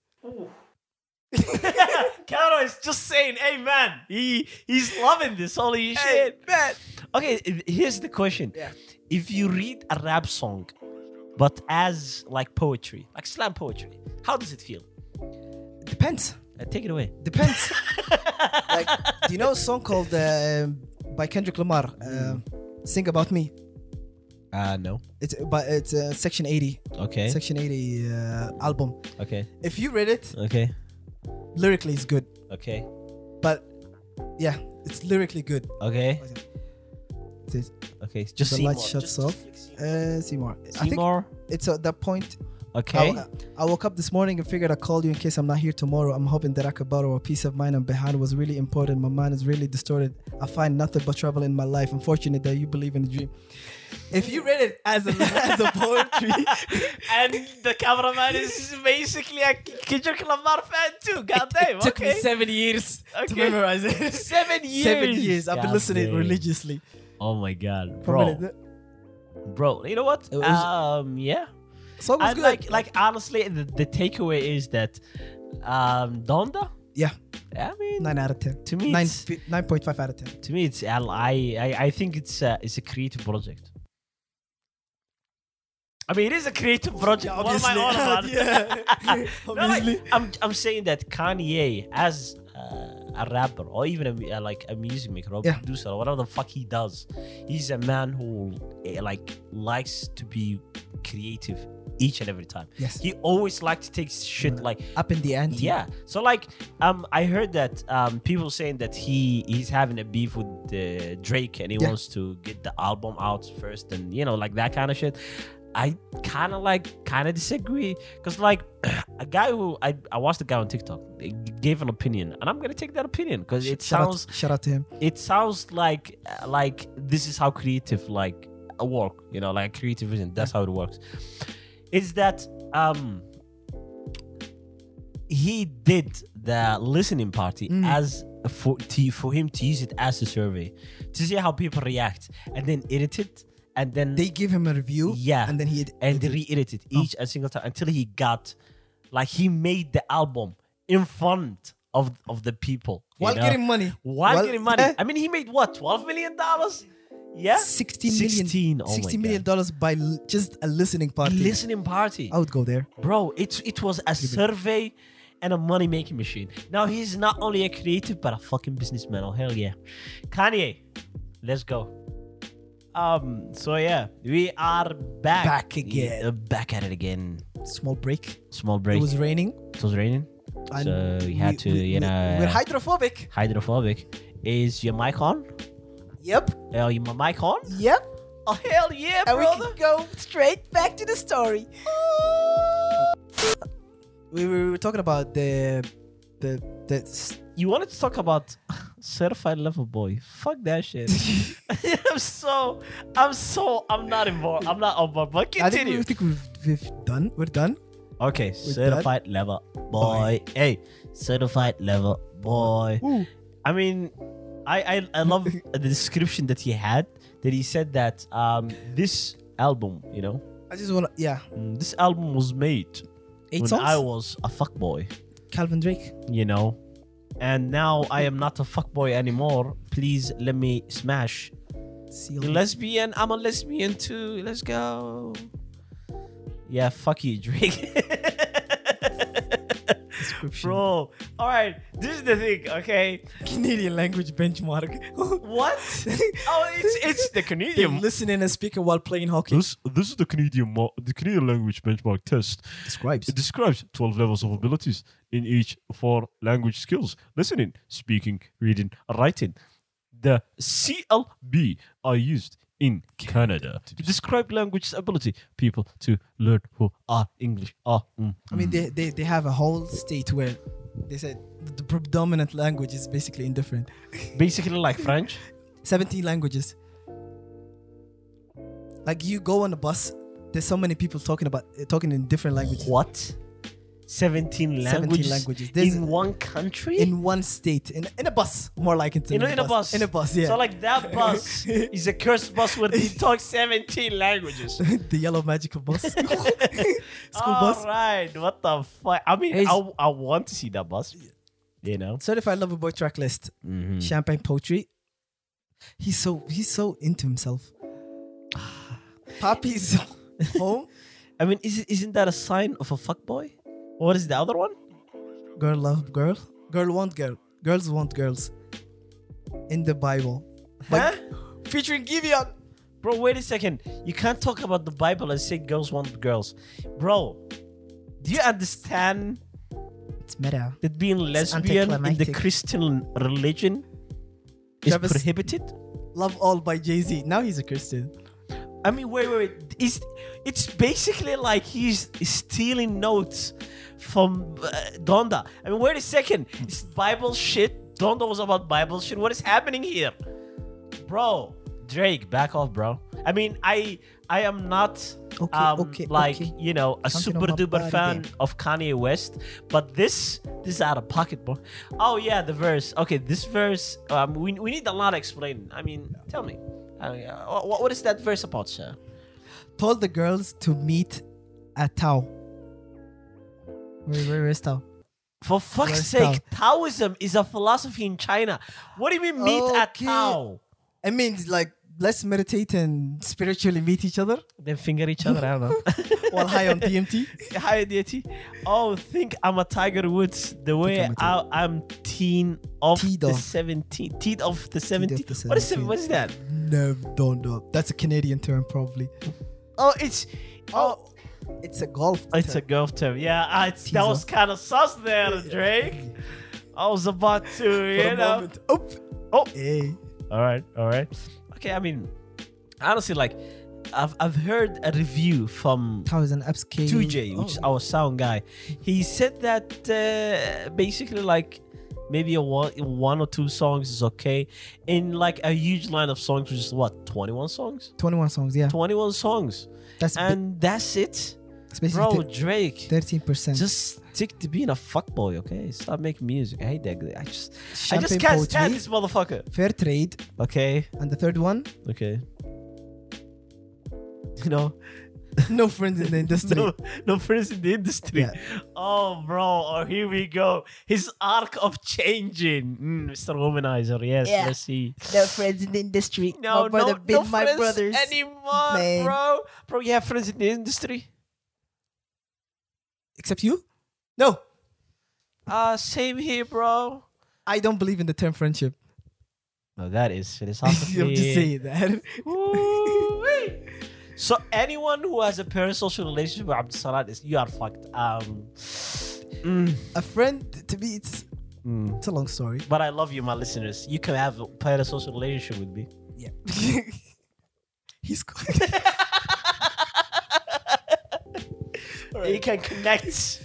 Speaker 1: Caro is just saying, hey man, he he's loving this. Holy shit.
Speaker 2: man.
Speaker 1: Okay, i- here's the question.
Speaker 2: Yeah.
Speaker 1: If you read a rap song, but as like poetry, like slam poetry, how does it feel?
Speaker 2: Depends.
Speaker 1: Uh, take it away.
Speaker 2: Depends. like, do you know a song called um by Kendrick Lamar, um, "Sing About Me"?
Speaker 1: Uh no.
Speaker 2: It's but it's uh, section eighty,
Speaker 1: Okay.
Speaker 2: section eighty uh, album.
Speaker 1: Okay.
Speaker 2: If you read it,
Speaker 1: Okay.
Speaker 2: lyrically it's good,
Speaker 1: Okay.
Speaker 2: but yeah, it's lyrically good.
Speaker 1: Okay.
Speaker 2: It is.
Speaker 1: Okay. Just
Speaker 2: The
Speaker 1: see
Speaker 2: light
Speaker 1: more.
Speaker 2: shuts
Speaker 1: Just-
Speaker 2: off.
Speaker 1: just click
Speaker 2: Uh, Seymour. I
Speaker 1: see
Speaker 2: think
Speaker 1: more.
Speaker 2: it's at that point
Speaker 1: Okay.
Speaker 2: I, I woke up this morning and figured I'd call you in case I'm not here tomorrow. I'm hoping that I could borrow a piece of mind I'm behind was really important. My mind is really distorted. I find nothing but trouble in my life. I'm fortunate that you believe in the dream. If you read it as a, as a poetry,
Speaker 1: and the cameraman is basically a Kendrick Lamar fan too. Goddamn.
Speaker 2: took me
Speaker 1: Okay.
Speaker 2: seven years to
Speaker 1: Okay.
Speaker 2: memorize it.
Speaker 1: Seven years.
Speaker 2: Seven years. I've been
Speaker 1: God
Speaker 2: listening
Speaker 1: damn.
Speaker 2: religiously.
Speaker 1: Oh my god,
Speaker 2: Probably
Speaker 1: bro,
Speaker 2: the-
Speaker 1: bro. You know what?
Speaker 2: was-
Speaker 1: um, yeah.
Speaker 2: Song was
Speaker 1: I
Speaker 2: good.
Speaker 1: like, like honestly, the, the takeaway is that, um, Donda.
Speaker 2: Yeah.
Speaker 1: I mean,
Speaker 2: nine out of ten.
Speaker 1: to me,
Speaker 2: Nine
Speaker 1: it's,
Speaker 2: fi- nine point five out of ten.
Speaker 1: to me, it's I, I, I think it's a, it's a creative project. I mean, it is a creative project. What am I on about?
Speaker 2: Oh, yeah.
Speaker 1: No, like,
Speaker 2: Obviously.
Speaker 1: I'm, I'm saying that Kanye, as uh, a rapper or even a, mu- uh, like a music maker or
Speaker 2: Yeah.
Speaker 1: producer or whatever the fuck he does, he's a man who uh, like likes to be creative each and every time.
Speaker 2: Yes.
Speaker 1: He always likes to take shit like
Speaker 2: Up in the ante.
Speaker 1: yeah. So like, um, I heard that um people saying that he he's having a beef with uh, Drake and he
Speaker 2: Yeah.
Speaker 1: wants to get the album out first and you know like that kind of shit. I kind of like kind of disagree because like a guy who I I watched a guy on TikTok he gave an opinion and I'm gonna take that opinion because it
Speaker 2: shout
Speaker 1: sounds
Speaker 2: Out, shout out to him.
Speaker 1: it sounds like like this is how creative like a work you know like creative vision that's how it works is that um he did the listening party
Speaker 2: Mm.
Speaker 1: as for to, for him to use it as a survey to see how people react and then edit it and then
Speaker 2: They Oh. give him a review.
Speaker 1: Yeah.
Speaker 2: And then he.
Speaker 1: and re-edited each and single time until he got like he made the album in front of of the people you
Speaker 2: while
Speaker 1: know?
Speaker 2: getting money.
Speaker 1: while
Speaker 2: Well,
Speaker 1: getting money.
Speaker 2: eh.
Speaker 1: I mean, he made what twelve million dollars? Yeah,
Speaker 2: 16 million.
Speaker 1: 16, oh my
Speaker 2: 16 million dollars by l- just a listening
Speaker 1: A
Speaker 2: party.
Speaker 1: listening party,
Speaker 2: I would go there.
Speaker 1: bro. It it was a survey and a money making machine. Now he's not only a creative but a fucking businessman. Oh hell yeah, Kanye, let's go. Um. So yeah, we are back
Speaker 2: Back again.
Speaker 1: Yeah, back at it again.
Speaker 2: Small break.
Speaker 1: Small break.
Speaker 2: It was raining.
Speaker 1: raining. So we had to, you know- uh,
Speaker 2: We're hydrophobic.
Speaker 1: Hydrophobic. Is your mic on?
Speaker 2: Yep.
Speaker 1: Uh, your my mic on?
Speaker 3: Yep.
Speaker 1: Oh hell yeah,
Speaker 3: And we
Speaker 1: brother.
Speaker 3: can go straight back to the story.
Speaker 2: We were, we were talking about the the the s-
Speaker 1: you wanted to talk about certified level boy. Fuck that shit. I'm so, I'm so, I'm not involved. I'm not on board. But
Speaker 2: I think,
Speaker 1: continue.
Speaker 2: we, think we've, we've done. We're done.
Speaker 1: Okay, certified level boy. Hey, certified level boy. I mean, I, I, I love the description that he had. That he said that um, this album, you know,
Speaker 2: I just want to, yeah.
Speaker 1: mm, this album was made
Speaker 2: Eight
Speaker 1: when
Speaker 2: songs.
Speaker 1: I was a fuckboy,
Speaker 2: Calvin Drake.
Speaker 1: you know, and now I am not a fuckboy anymore. Please let me smash
Speaker 2: See you
Speaker 1: You're
Speaker 2: later.
Speaker 1: lesbian. I'm a lesbian too. Let's go. Yeah, fuck you, Drake.
Speaker 2: description.
Speaker 1: Bro, all right. This is the thing, okay?
Speaker 2: Canadian language benchmark.
Speaker 1: What? oh, it's it's the Canadian.
Speaker 2: Listen in a speaker while playing hockey.
Speaker 4: This, this is the Canadian mo- the Canadian language benchmark test.
Speaker 2: Describes.
Speaker 4: It describes 12 levels of abilities in each four language skills listening, speaking, reading, writing. The CLB are used in Canada to describe language ability people to learn who are English are. Mm,
Speaker 2: I mean, they, they, they have a whole state where they said the predominant language is basically indifferent.
Speaker 1: Basically, like French.
Speaker 2: 17 languages. Like you go on a bus, there's so many people talking about uh, talking in different languages
Speaker 1: What? 17 languages,
Speaker 2: languages. There's-
Speaker 1: in one country?
Speaker 2: in one state in, in a bus, more like it
Speaker 1: you know, in a bus.
Speaker 2: in a bus, yeah.
Speaker 1: So, like, that bus is a cursed bus where they talk 17 languages.
Speaker 2: the yellow magical bus, school
Speaker 1: All
Speaker 2: bus.
Speaker 1: right, what the fuck? I mean,
Speaker 2: It's-
Speaker 1: I, I want to see that bus. You know,
Speaker 2: Certified lover boy track list, champagne poetry. He's so he's so into himself. Papi's home,
Speaker 1: I mean, is, isn't that a sign of a fuckboy? What is the other one?
Speaker 2: girl love girl, girl want girl, girls want girls. In the Bible,
Speaker 1: Huh?
Speaker 2: featuring Giveon.
Speaker 1: Bro, wait a second. You can't talk about the Bible and say girls want girls. Bro, do you understand
Speaker 2: It's meta.
Speaker 1: that being lesbian in the
Speaker 2: anticlimactic.
Speaker 1: Christian religion is
Speaker 2: Travis-
Speaker 1: prohibited?
Speaker 2: Love All by Jay Z. Now he's a Christian.
Speaker 1: I mean, wait, wait, wait. It's, it's basically like he's stealing notes from uh, Donda. I mean, wait a second. It's Bible shit. Donda was about Bible shit. What is happening here? Bro, Drake, back off, bro. I mean, I I am not
Speaker 2: Okay,
Speaker 1: um,
Speaker 2: okay,
Speaker 1: like,
Speaker 2: okay.
Speaker 1: you know, a
Speaker 2: Something
Speaker 1: super
Speaker 2: about
Speaker 1: duper
Speaker 2: body
Speaker 1: fan
Speaker 2: there.
Speaker 1: of Kanye West, but this this is out of pocket, bro. Oh yeah, the verse. Okay, this verse um we, we need a lot of explaining. I mean, tell me. I mean, uh, wha- what is that verse about, sir?
Speaker 2: Told the girls to meet at Tao. Where, where- where's Tao?
Speaker 1: For fuck's
Speaker 2: Where's
Speaker 1: sake, Taoism is a philosophy in China. What do you mean meet at
Speaker 2: Okay.
Speaker 1: Tao?
Speaker 2: I mean, like let's meditate and spiritually meet each other
Speaker 1: Then finger each other. I don't know.
Speaker 2: while high on DMT.
Speaker 1: Hi, deity. Oh, think I'm a Tiger Woods. The way
Speaker 2: I'm a
Speaker 1: I,
Speaker 2: Tiger-
Speaker 1: I'm teen of
Speaker 2: Teed
Speaker 1: the
Speaker 2: off.
Speaker 1: 17th. Teed of the 17th.
Speaker 2: the
Speaker 1: What is,
Speaker 2: 17th.
Speaker 1: what is that?
Speaker 2: No, don't know. That's a Canadian term, probably.
Speaker 1: Oh, it's. Oh,
Speaker 2: Oh, it's a golf.
Speaker 1: it's a
Speaker 2: term.
Speaker 1: golf term. Yeah, I, that
Speaker 2: off.
Speaker 1: was kind of sus there, Drake. I was about to,
Speaker 2: For
Speaker 1: you
Speaker 2: a
Speaker 1: know.
Speaker 2: moment. Oh,
Speaker 1: Oh.
Speaker 2: Hey.
Speaker 4: All right, all right.
Speaker 1: Okay, I mean, honestly, like, I've, I've heard a review from
Speaker 2: Thousand Oh. upscale.
Speaker 1: 2J, which is our sound guy. He said that uh, basically, like, maybe a one, one or two songs is okay. In like a huge line of songs, which is what, 21 songs?
Speaker 2: 21 songs, yeah.
Speaker 1: 21 songs.
Speaker 2: That's, ba-
Speaker 1: And that's it.
Speaker 2: that's basically
Speaker 1: Bro, Drake.
Speaker 2: thir- 13%.
Speaker 1: Just stick to being a fuckboy, okay? Stop making music. I hate that. guy. I just, I
Speaker 2: Champagne
Speaker 1: just can't
Speaker 2: poetry,
Speaker 1: stand this motherfucker.
Speaker 2: Fair trade.
Speaker 1: Okay,
Speaker 2: And the third one,
Speaker 1: okay. You know,
Speaker 2: no friends in the industry.
Speaker 1: no, no friends in the industry.
Speaker 2: Yeah.
Speaker 1: Oh, bro. Oh, here we go. His arc of changing. Mm, Mr. Womanizer. Yes,
Speaker 3: Yeah.
Speaker 1: let's see.
Speaker 3: No friends in the industry.
Speaker 1: No,
Speaker 3: my brother
Speaker 1: no,
Speaker 3: been
Speaker 1: no
Speaker 3: my
Speaker 1: friends
Speaker 3: brothers.
Speaker 1: anymore,
Speaker 2: man.
Speaker 1: bro. Bro, you have friends in the industry?
Speaker 2: Except you? No,
Speaker 1: Uh, same here, bro.
Speaker 2: I don't believe in the term friendship.
Speaker 1: No, that is philosophy.
Speaker 2: I'm just saying that.
Speaker 1: Ooh-wee. so anyone who has a parasocial relationship with Abdul Salat is you are fucked. Um, mm,
Speaker 2: A friend, to me, it's,
Speaker 1: mm.
Speaker 2: it's a long story.
Speaker 1: But I love you, my listeners. You can have a parasocial relationship with me.
Speaker 2: Yeah. He's cool.
Speaker 1: You can connect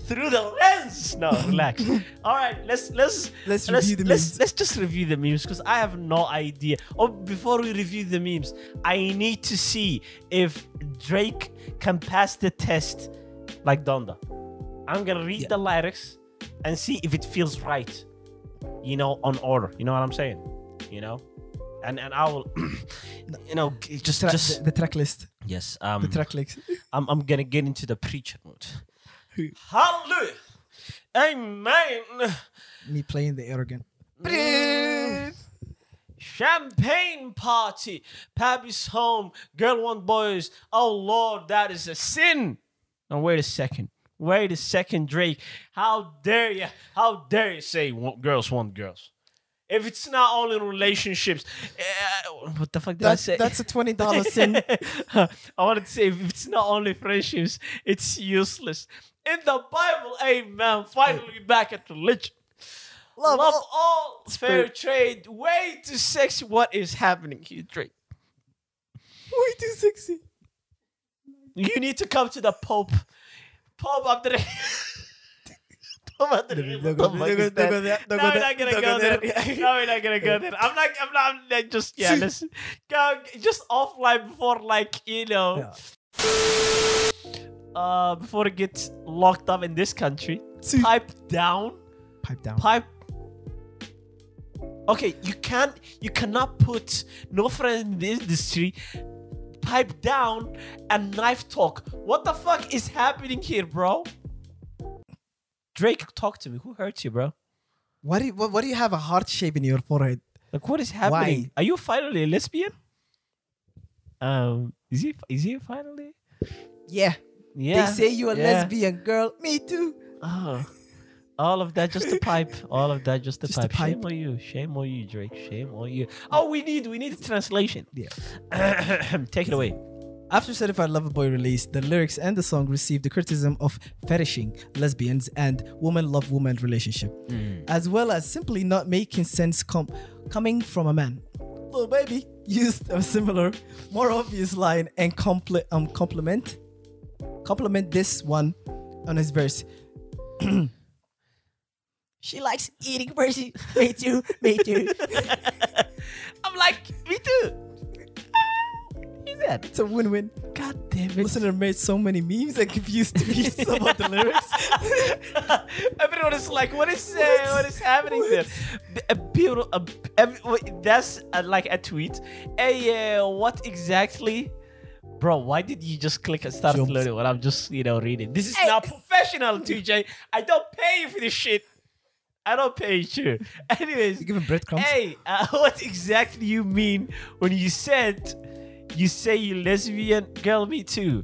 Speaker 1: through the lens. No, relax. All right, let's let's
Speaker 2: Let's
Speaker 1: let's
Speaker 2: review the
Speaker 1: let's,
Speaker 2: memes.
Speaker 1: let's just review the memes because I have no idea. Oh, before we review the memes, I need to see if Drake can pass the test like Donda. I'm gonna read
Speaker 2: Yeah.
Speaker 1: the lyrics and see if it feels right. You know, on order. You know what I'm saying? You know, and and I will, you know, g- just
Speaker 2: Tra-
Speaker 1: just
Speaker 2: the, the track list.
Speaker 1: yes. Um,
Speaker 2: The track list.
Speaker 1: I'm, I'm gonna get into the preacher mode. Hallelujah. Amen.
Speaker 2: Me playing the organ.
Speaker 1: Champagne party. Pappy's home. Girl want boys. Oh Lord, that is a sin. Now wait a second. Wait a second, Drake. How dare you? How dare you say want, girls want girls? If it's not only relationships, uh, what the fuck did I
Speaker 2: That's,
Speaker 1: say?
Speaker 2: that's a $20 sin.
Speaker 1: I wanted to say if it's not only friendships, it's useless. In the Bible, amen. Finally back at religion. Love, all, fair trade. Way too sexy. What is happening here, Drake?
Speaker 2: Way too sexy.
Speaker 1: You need to come to the Pope. Pope Abdurrahman. Pope Abdurrahman.
Speaker 2: Don't
Speaker 1: What the fuck
Speaker 2: go- don't go
Speaker 1: is
Speaker 2: there,
Speaker 1: that?
Speaker 2: don't go
Speaker 1: No, we're
Speaker 2: there,
Speaker 1: not gonna
Speaker 2: don't
Speaker 1: go
Speaker 2: go
Speaker 1: there.
Speaker 2: there.
Speaker 1: No, we're not gonna go there. I'm not. I'm not. I'm not- just yeah. Let's go just offline before like you know. Uh, before it gets locked up in this country,
Speaker 2: See-
Speaker 1: pipe down,
Speaker 2: Pipe down.
Speaker 1: pipe. Okay, you can't, you cannot put no friend in the industry, pipe down, and knife talk. What the fuck is happening here, bro? Drake, talk to me. Who hurt you, bro?
Speaker 2: Why do you, why, why do you have a heart shape in your forehead?
Speaker 1: Like, what is happening? Are you finally a lesbian? Um, is he? Is he finally?
Speaker 2: Yeah,
Speaker 1: Yeah.
Speaker 2: they say you're a
Speaker 1: yeah.
Speaker 2: lesbian girl. Me too.
Speaker 1: Oh. All of that just a pipe. All of that just a
Speaker 2: Just a
Speaker 1: pipe. Shame
Speaker 2: pipe.
Speaker 1: on you. Shame on you, Drake. Shame on you. Oh, we need we need a translation.
Speaker 2: Yeah.
Speaker 1: Take it away.
Speaker 2: After Certified Lover Boy release, the lyrics and the song received the criticism of fetishing lesbians and woman love woman relationship,
Speaker 1: Mm.
Speaker 2: as well as simply not making sense com- coming from a man. Lil Baby used a similar, more obvious line and compli um, compliment compliment this one on his verse.
Speaker 3: She likes eating person. Me too. Me too.
Speaker 1: I'm like, me too.
Speaker 2: It's a win-win.
Speaker 1: God damn it.
Speaker 2: Listener made so many memes and confused me about the lyrics.
Speaker 1: Everyone is like, what is uh, what is happening there? B- A beautiful, a, every, wait, that's uh, like a tweet. Hey, uh, what exactly? Bro, why did you just click and start
Speaker 2: Jumps.
Speaker 1: loading when I'm just, you know, reading? This is
Speaker 3: Hey.
Speaker 1: not professional, TJ. I don't pay you for this shit. I don't pay you. Anyways,
Speaker 2: You give him breadcrumbs.
Speaker 1: Hey, uh, what exactly you mean when you said you say you lesbian girl me too,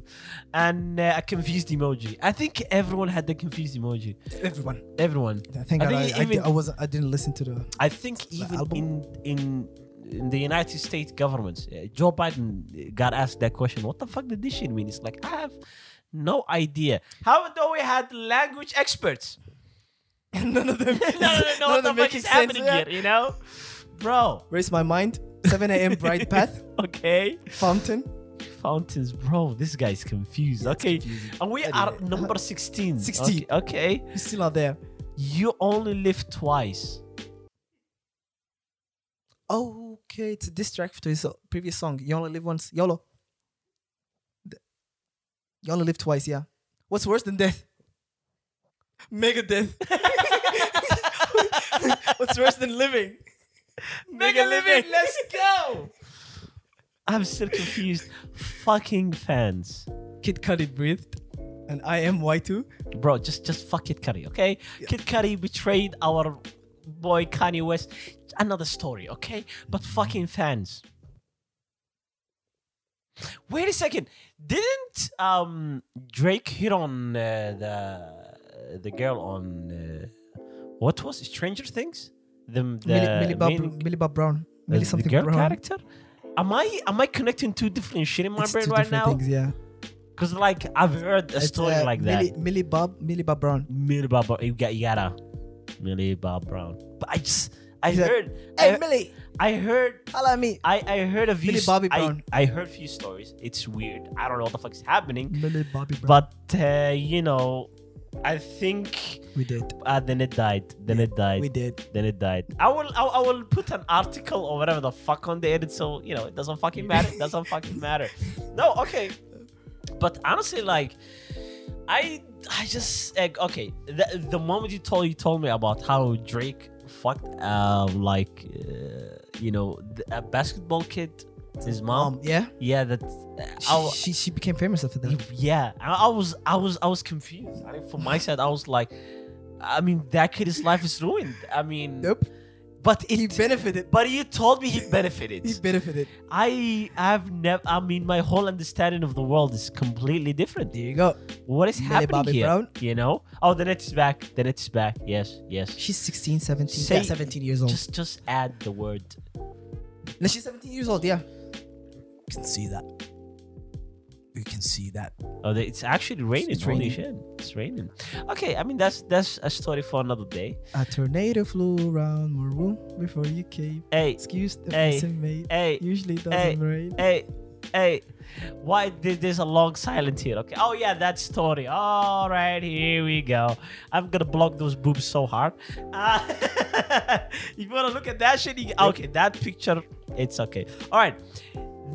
Speaker 1: and uh, a confused emoji? I think everyone had the confused emoji.
Speaker 2: Everyone.
Speaker 1: Everyone.
Speaker 2: Thank
Speaker 1: I
Speaker 2: God I,
Speaker 1: think
Speaker 2: I,
Speaker 1: even-
Speaker 2: I was I didn't listen to the.
Speaker 1: I think even
Speaker 2: album.
Speaker 1: in in in the United States governments, uh, Joe Biden got asked that question. What the fuck did this shit mean? It's like I have no idea. How though we had language experts.
Speaker 2: None of them.
Speaker 1: no, no, no, what the fuck is happening here? You know, bro.
Speaker 2: Raise my mind. 7 a.m. Bright Path
Speaker 1: Okay.
Speaker 2: Fountain.
Speaker 1: Fountains, bro. This guy's confused. Okay. And we are
Speaker 2: Anyway.
Speaker 1: number 16.
Speaker 2: 16.
Speaker 1: Okay. okay.
Speaker 2: He's still not there.
Speaker 1: You only live twice.
Speaker 2: Oh, okay. It's a diss track to his uh, previous song. You only live once. YOLO. Th- You only live twice. Yeah. What's worse than death? Mega death. What's worse than living? Mega, living.
Speaker 1: Let's go. I'm still confused. Fucking fans.
Speaker 2: Kid Cudi breathed, and I am Y2.
Speaker 1: Bro, just just fuck Kid Cudi, okay? Kid Cudi betrayed our boy Kanye West. Another story, okay? But fucking fans. Wait a second. Didn't um Drake hit on uh, the the girl on uh, what was it? Stranger Things? The, the
Speaker 2: Millie, Millie, Bob,
Speaker 1: main- uh,
Speaker 2: Millie Bob Brown.
Speaker 1: the,
Speaker 2: Millie
Speaker 1: the
Speaker 2: something
Speaker 1: girl
Speaker 2: Brown.
Speaker 1: character? Am I am I connecting two different shit in my
Speaker 2: It's
Speaker 1: brain
Speaker 2: two
Speaker 1: right
Speaker 2: different
Speaker 1: now?
Speaker 2: Things, yeah.
Speaker 1: Because like I've heard a
Speaker 2: It's,
Speaker 1: story
Speaker 2: uh,
Speaker 1: like that.
Speaker 2: Millie, Millie Bob. Millie Bob Brown.
Speaker 1: Millie Bob Brown. You got you gotta Millie Bob Brown. But I just I
Speaker 2: He's like,
Speaker 1: heard
Speaker 2: Hey,
Speaker 1: I,
Speaker 2: Millie,
Speaker 1: I heard
Speaker 2: holla at me.
Speaker 1: I, I heard a few
Speaker 2: Millie
Speaker 1: s-
Speaker 2: Bobby
Speaker 1: I-
Speaker 2: Brown.
Speaker 1: I, heard few stories. It's weird. I don't know what the fuck is happening.
Speaker 2: Millie Bobby Brown.
Speaker 1: But uh, you know, I think
Speaker 2: we did.
Speaker 1: uh, then it died. Then it died.
Speaker 2: We did.
Speaker 1: Then it died. I will I, I will put an article or whatever the fuck on the edit so you know it doesn't fucking matter. It doesn't fucking matter. No, okay. But honestly, like I I just like, okay. The, the moment you told you told me about how Drake fucked um like uh, you know th- a basketball kid, his mom.
Speaker 2: Um, yeah.
Speaker 1: Yeah, that.
Speaker 2: She, she she became famous after that.
Speaker 1: Yeah, I, I was, I was, I was confused. I mean, from my side, I was like, I mean, that kid's life is ruined. I mean,
Speaker 2: Nope.
Speaker 1: but
Speaker 2: He
Speaker 1: it,
Speaker 2: benefited.
Speaker 1: but you told me he benefited.
Speaker 2: He benefited.
Speaker 1: I have never. I mean, my whole understanding of the world is completely different.
Speaker 2: There you go.
Speaker 1: What is
Speaker 2: Millie
Speaker 1: happening
Speaker 2: Bobby
Speaker 1: here?
Speaker 2: Brown.
Speaker 1: You know? Oh, the net is back. The net is back. Yes, yes.
Speaker 2: She's 16, 17,
Speaker 1: Say-
Speaker 2: yeah, 17 years old.
Speaker 1: Just, just add the word.
Speaker 2: no, she's 17 years old. Yeah. You can see that. You can see that.
Speaker 1: Oh, they- it's actually raining.
Speaker 2: It's
Speaker 1: Holy
Speaker 2: raining.
Speaker 1: shit! It's raining. Okay, I mean that's that's a story for another day.
Speaker 2: A tornado flew around my room before you came.
Speaker 1: Hey,
Speaker 2: Excuse the
Speaker 1: Hey.
Speaker 2: person made.
Speaker 1: hey,
Speaker 2: Usually it doesn't
Speaker 1: Hey.
Speaker 2: rain.
Speaker 1: hey, hey. Why did there's a long silence here? Okay. Oh yeah, that story. All right, here we go. I'm gonna block those boobs so hard. Uh, you wanna look at that shit? You, okay, that picture. It's okay. All right.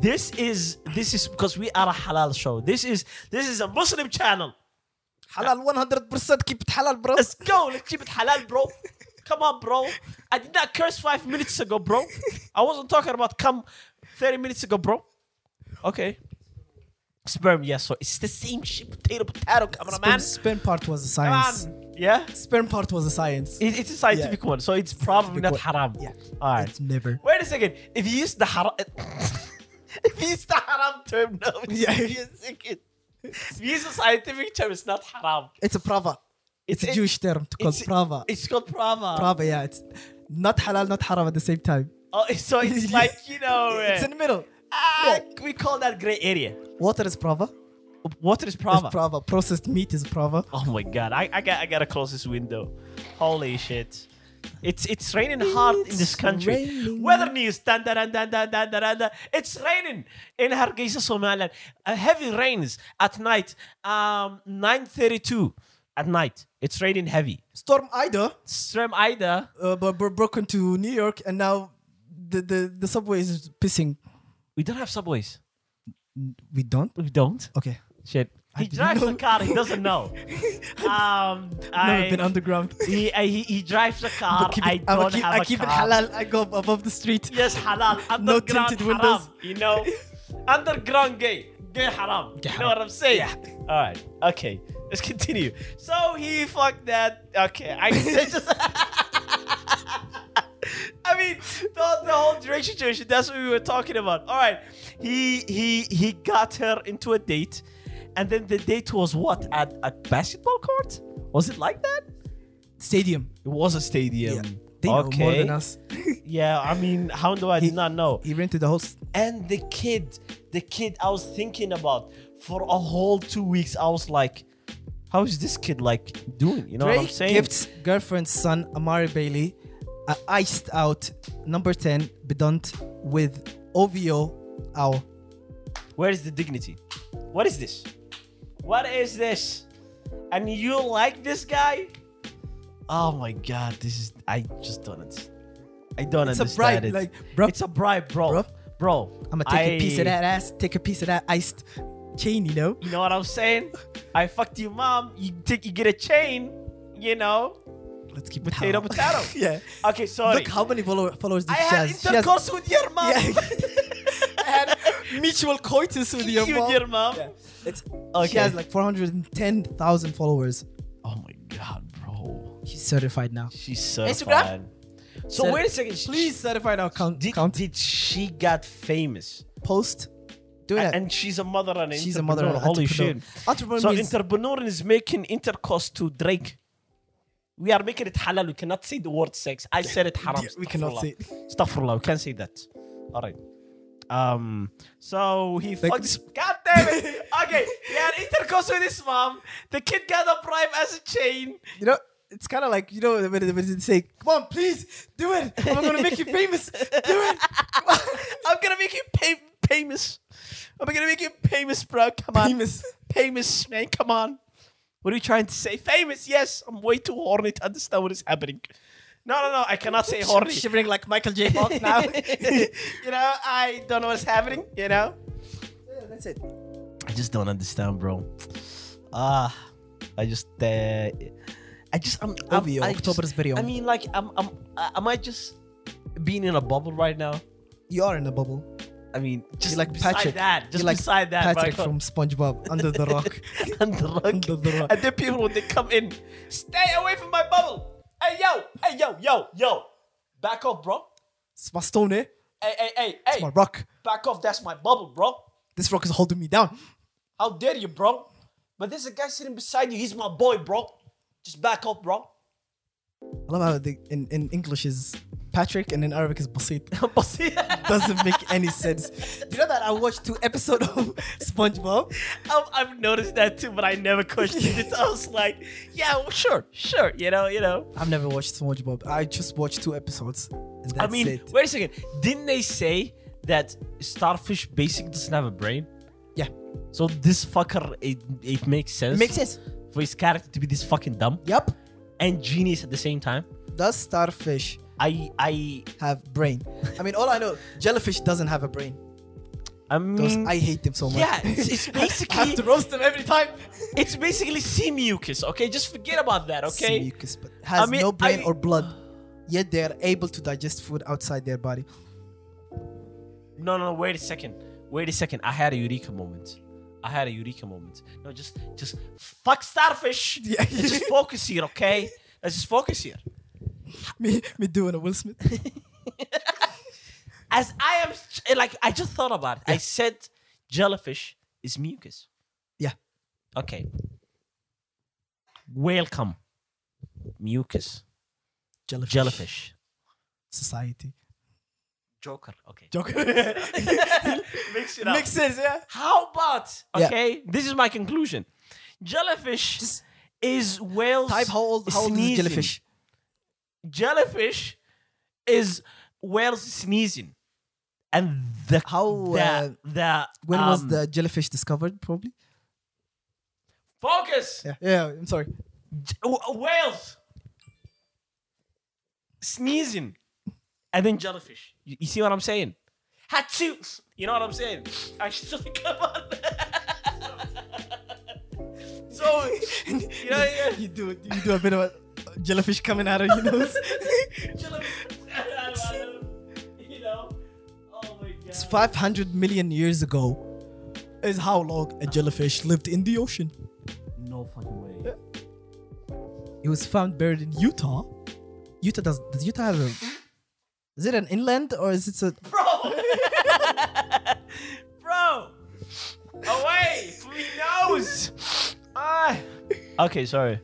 Speaker 1: This is this is because we are a halal show. This is this is a Muslim channel.
Speaker 2: Halal 100% keep it halal, bro.
Speaker 1: Let's go. Let's keep it halal, bro. Come on, bro. I did not curse five minutes ago, bro. I wasn't talking about come 30 minutes ago, bro. Okay. Sperm, yes. So it's the same shit. Potato, potato,
Speaker 2: Sperm,
Speaker 1: cameraman.
Speaker 2: sperm part was a
Speaker 1: Come
Speaker 2: science.
Speaker 1: on. Yeah.
Speaker 2: Sperm part was a science.
Speaker 1: It, it's a scientific one, so it's probably not
Speaker 2: Scientific
Speaker 1: haram.
Speaker 2: yeah.
Speaker 1: All right.
Speaker 2: It's never.
Speaker 1: Wait a second. If you use the haram, if you use the haram term, no. it's-
Speaker 2: Yeah.
Speaker 1: Wait a second. If you use a scientific term, it's not haram.
Speaker 2: It's a prava. It's,
Speaker 1: It's-
Speaker 2: a Jewish term to call
Speaker 1: it's-
Speaker 2: prava.
Speaker 1: It's called prava.
Speaker 2: Prava, yeah. It's not halal, not haram at the same time.
Speaker 1: Oh, so it's
Speaker 2: Yeah.
Speaker 1: like you know,
Speaker 2: It's
Speaker 1: uh,
Speaker 2: in the middle.
Speaker 1: ah, we call that gray area.
Speaker 2: Water is prava.
Speaker 1: Water is
Speaker 2: It's
Speaker 1: prava.
Speaker 2: prava. Processed meat is prava.
Speaker 1: oh my god, I, I got I gotta close this window. Holy shit. It's it's raining hard in this
Speaker 2: It's
Speaker 1: country.
Speaker 2: raining.
Speaker 1: Weather news. Dun, dun, dun, dun, dun, dun, dun, dun, dun. It's raining in Hargeisa, Somaliland. Uh, heavy rains at night. Um, 9:32 at night. It's raining heavy.
Speaker 2: Storm Ida
Speaker 1: Storm Ida.
Speaker 2: uh, bro- bro- broke into New York and now the, the, the subway is pissing.
Speaker 1: We don't have subways.
Speaker 2: We don't?
Speaker 1: We don't.
Speaker 2: Okay.
Speaker 1: Shit. He
Speaker 2: didn't
Speaker 1: drives a
Speaker 2: know.
Speaker 1: car. He doesn't know. um, I,
Speaker 2: Never been underground.
Speaker 1: he, I, he he drives a car.
Speaker 2: But keep
Speaker 1: I
Speaker 2: it- I'ma
Speaker 1: don't
Speaker 2: keep,
Speaker 1: have
Speaker 2: I
Speaker 1: a
Speaker 2: keep it
Speaker 1: car.
Speaker 2: halal. I go above the street.
Speaker 1: Yes, halal.
Speaker 2: No
Speaker 1: Underground
Speaker 2: tinted
Speaker 1: haram.
Speaker 2: windows.
Speaker 1: You know, underground gay, gay haram. You know what I'm saying? All right. Okay. Let's continue. So he fucked that. Okay. I I just. mean, the, the whole duration duration. That's what we were talking about. All right, he he he got her into a date, and then the date was what at a basketball court? Was it like that?
Speaker 2: Stadium.
Speaker 1: It was a stadium.
Speaker 2: Yeah. They know more than us.
Speaker 1: Yeah, I mean, how do I did
Speaker 2: He-
Speaker 1: not know?
Speaker 2: He rented the whole. s-
Speaker 1: And the kid, the kid I was thinking about for a whole two weeks. I was like, how is this kid like doing? You know what I'm
Speaker 2: Drake
Speaker 1: saying?
Speaker 2: gifts girlfriend's son Amari Bailey a iced out number ten bedunt with OVO owl.
Speaker 1: Where is the dignity? What is this? What is this? And you like this guy? Oh my god, this is I just don't understand. I don't
Speaker 2: It's a
Speaker 1: understand
Speaker 2: bribe,
Speaker 1: it.
Speaker 2: like, bro.
Speaker 1: It's a bribe, bro. Bro,
Speaker 2: Bro.
Speaker 1: I'm
Speaker 2: I'm gonna take a piece of that ass. Take a piece of that iced chain. You know.
Speaker 1: You know what I'm saying? I fucked your mom. You take you get a chain, you know?
Speaker 2: Let's keep it
Speaker 1: Potato
Speaker 2: how-
Speaker 1: potato.
Speaker 2: yeah.
Speaker 1: Okay, sorry.
Speaker 2: Look how many follow- followers
Speaker 1: I
Speaker 2: did she
Speaker 1: had
Speaker 2: has. She has-
Speaker 1: intercourse with your mom.
Speaker 2: Yeah. I had mutual coitus with your
Speaker 1: with
Speaker 2: mom.
Speaker 1: your mom.
Speaker 2: Yeah. It's, She
Speaker 1: Okay.
Speaker 2: has like 410,000 followers.
Speaker 1: oh my god, bro.
Speaker 2: She's certified now.
Speaker 1: She's so
Speaker 2: Instagram?
Speaker 1: fine. So
Speaker 2: Sir,
Speaker 1: wait a second. she-
Speaker 2: Please certify our count.
Speaker 1: Did,
Speaker 2: count
Speaker 1: did she got famous?
Speaker 2: post. Do it.
Speaker 1: And she's a mother and an
Speaker 2: She's a mother. and
Speaker 1: entrepreneur. Holy shit.
Speaker 2: entrepreneur. Entrepreneur
Speaker 1: So
Speaker 2: means
Speaker 1: entrepreneur is making intercourse to Drake. We are making it halal. We cannot say the word sex. I said it haram.
Speaker 2: Yeah, we cannot
Speaker 1: Astaghfirullah.
Speaker 2: say it.
Speaker 1: Astaghfirullah. We can't say that. All right. Um. So he
Speaker 2: Like-
Speaker 1: fucked. God damn it. Okay. He had intercourse with his mom. The kid got a bribe as a chain.
Speaker 2: you know. It's kind of like you know when when they say, "Come on, please do it. I'm gonna make you famous. Do it."
Speaker 1: I'm gonna make you pay famous. I'm gonna make you famous, bro. Come on.
Speaker 2: Famous.
Speaker 1: Famous, man. Come on. What are you trying to say? Famous, yes. I'm way too horny to understand what is happening. No, no, no. I cannot say horny.
Speaker 2: Shivering like Michael J. Fox now.
Speaker 1: you know, I don't know what's happening, you know?
Speaker 2: That's it.
Speaker 1: I just don't understand, bro. Ah, I just, uh, I just, I'm, I'm
Speaker 2: Obvio,
Speaker 1: I just-
Speaker 2: October's very
Speaker 1: I
Speaker 2: on.
Speaker 1: mean, like, I'm, I'm, I- am I just being in a bubble right now?
Speaker 2: You are in a bubble.
Speaker 1: I mean, just
Speaker 2: like
Speaker 1: beside
Speaker 2: Patrick.
Speaker 1: that, just
Speaker 2: You're like
Speaker 1: beside that, bro. I
Speaker 2: Patrick
Speaker 1: can't-
Speaker 2: from SpongeBob under the rock.
Speaker 1: and the rug.
Speaker 2: Under the rug.
Speaker 1: And then people when they come in, stay away from my bubble. Hey yo, hey yo, yo, yo, back off, bro.
Speaker 2: It's my stone, eh?
Speaker 1: Hey, hey, hey,
Speaker 2: It's my
Speaker 1: hey,
Speaker 2: rock.
Speaker 1: back off. That's my bubble, bro.
Speaker 2: This rock is holding me down.
Speaker 1: How dare you, bro? But there's a guy sitting beside you. He's my boy, bro. Just back off, bro.
Speaker 2: I love how the, in, in English is Patrick and in Arabic is Basit.
Speaker 1: I'm,
Speaker 2: Doesn't make any sense. Do you know that I watched two episodes of SpongeBob?
Speaker 1: I've noticed that too, but I never questioned it. I was like, yeah, well, sure, sure, you know, you know.
Speaker 2: I've never watched SpongeBob. I just watched two episodes. And that's
Speaker 1: I mean,
Speaker 2: it.
Speaker 1: wait a second. Didn't they say that starfish basically doesn't have a brain?
Speaker 2: Yeah.
Speaker 1: So this fucker, it, it makes sense.
Speaker 2: It makes sense.
Speaker 1: for his character to be this fucking dumb
Speaker 2: Yep.
Speaker 1: and genius at the same time.
Speaker 2: Does starfish
Speaker 1: I I
Speaker 2: have brain? I mean, all I know, jellyfish doesn't have a brain.
Speaker 1: I
Speaker 2: Those,
Speaker 1: mean,
Speaker 2: I hate them so much.
Speaker 1: yeah, it's, it's
Speaker 2: I have to
Speaker 1: basically
Speaker 2: roast them every time.
Speaker 1: it's basically sea mucus. Okay, just forget about that. Okay,
Speaker 2: Sea mucus, but has
Speaker 1: I mean,
Speaker 2: no brain
Speaker 1: I-
Speaker 2: or blood. Yet they are able to digest food outside their body.
Speaker 1: no, no, no, wait a second, wait a second. I had a eureka moment. I had a eureka moment. No, just just fuck starfish.
Speaker 2: Yeah.
Speaker 1: Let's just focus here, okay? Let's just focus here.
Speaker 2: me, me doing a Will Smith.
Speaker 1: As I am like, I just thought about it. I said jellyfish is mucus.
Speaker 2: Yeah.
Speaker 1: Okay. Welcome, mucus.
Speaker 2: Jellyfish.
Speaker 1: Jellyfish.
Speaker 2: Society.
Speaker 1: Joker. Okay.
Speaker 2: Joker.
Speaker 1: Mix it
Speaker 2: Makes sense, yeah?
Speaker 1: How about
Speaker 2: Yeah.
Speaker 1: okay? This is my conclusion. Jellyfish
Speaker 2: Just
Speaker 1: is whales.
Speaker 2: type how old, how old is the
Speaker 1: sneezing.
Speaker 2: jellyfish?
Speaker 1: Jellyfish is whales sneezing, and the
Speaker 2: How,
Speaker 1: the,
Speaker 2: uh,
Speaker 1: the
Speaker 2: When was
Speaker 1: um,
Speaker 2: the jellyfish discovered, probably?
Speaker 1: focus
Speaker 2: Yeah, yeah, I'm sorry.
Speaker 1: J- wh- whales sneezing, and then jellyfish. You, you see what I'm saying? Hatsu. You know what I'm saying? I still come on. so you know. yeah.
Speaker 2: You do you do a bit of a jellyfish coming out of your nose.
Speaker 1: you know. Oh my god.
Speaker 2: It's 500 million years ago is how long a jellyfish lived in the ocean.
Speaker 1: No fucking way.
Speaker 2: It was found buried in Utah. Utah does, does Utah have a Is it an inland or is it a
Speaker 3: Bro! Bro! Away! We knows! Ah!
Speaker 1: Okay, sorry.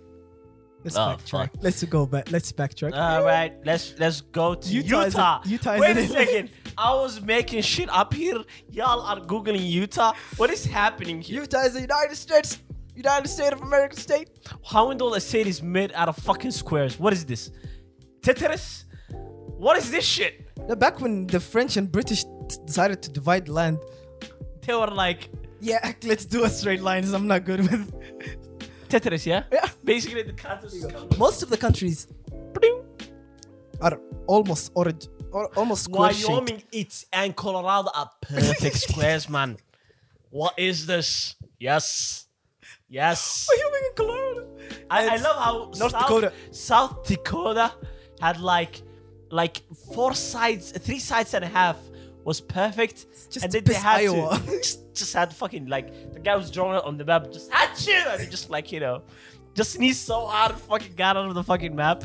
Speaker 2: Let's
Speaker 1: Oh,
Speaker 2: backtrack.
Speaker 1: fuck. Ah.
Speaker 2: Let's go back. Let's backtrack.
Speaker 1: All right, let's let's go to
Speaker 2: Utah
Speaker 1: Utah.
Speaker 2: is a- Utah is
Speaker 1: Wait
Speaker 2: an
Speaker 1: a
Speaker 2: inland.
Speaker 1: second. I was making shit up here. Y'all are googling Utah. What is happening here?
Speaker 3: Utah is the United States, United States of America state.
Speaker 1: How in the world a state is made out of fucking squares? What is this? Tetris? What is this shit?
Speaker 2: Now, back when the French and British t- decided to divide land,
Speaker 1: They were like
Speaker 2: yeah, let's do a straight lines. I'm not good with.
Speaker 1: Tetris, yeah?
Speaker 2: Yeah.
Speaker 1: Basically, the cartons come.
Speaker 2: Most of the countries
Speaker 1: Pling.
Speaker 2: are almost orange, or almost square shaped.
Speaker 1: Wyoming it's and Colorado are perfect squares, man. What is this? Yes. Yes.
Speaker 2: Wyoming and Colorado.
Speaker 1: I, I
Speaker 2: It's
Speaker 1: love how
Speaker 2: North
Speaker 1: South,
Speaker 2: Dakota.
Speaker 1: South Dakota had like like four sides, three sides and a half was perfect.
Speaker 2: just
Speaker 1: and then
Speaker 2: to
Speaker 1: they
Speaker 2: piss
Speaker 1: had
Speaker 2: Iowa.
Speaker 1: to just, just had fucking like the guy was drawing it on the map, just achoo, and he just like you know, just sneezed so hard, and fucking got out of the fucking map.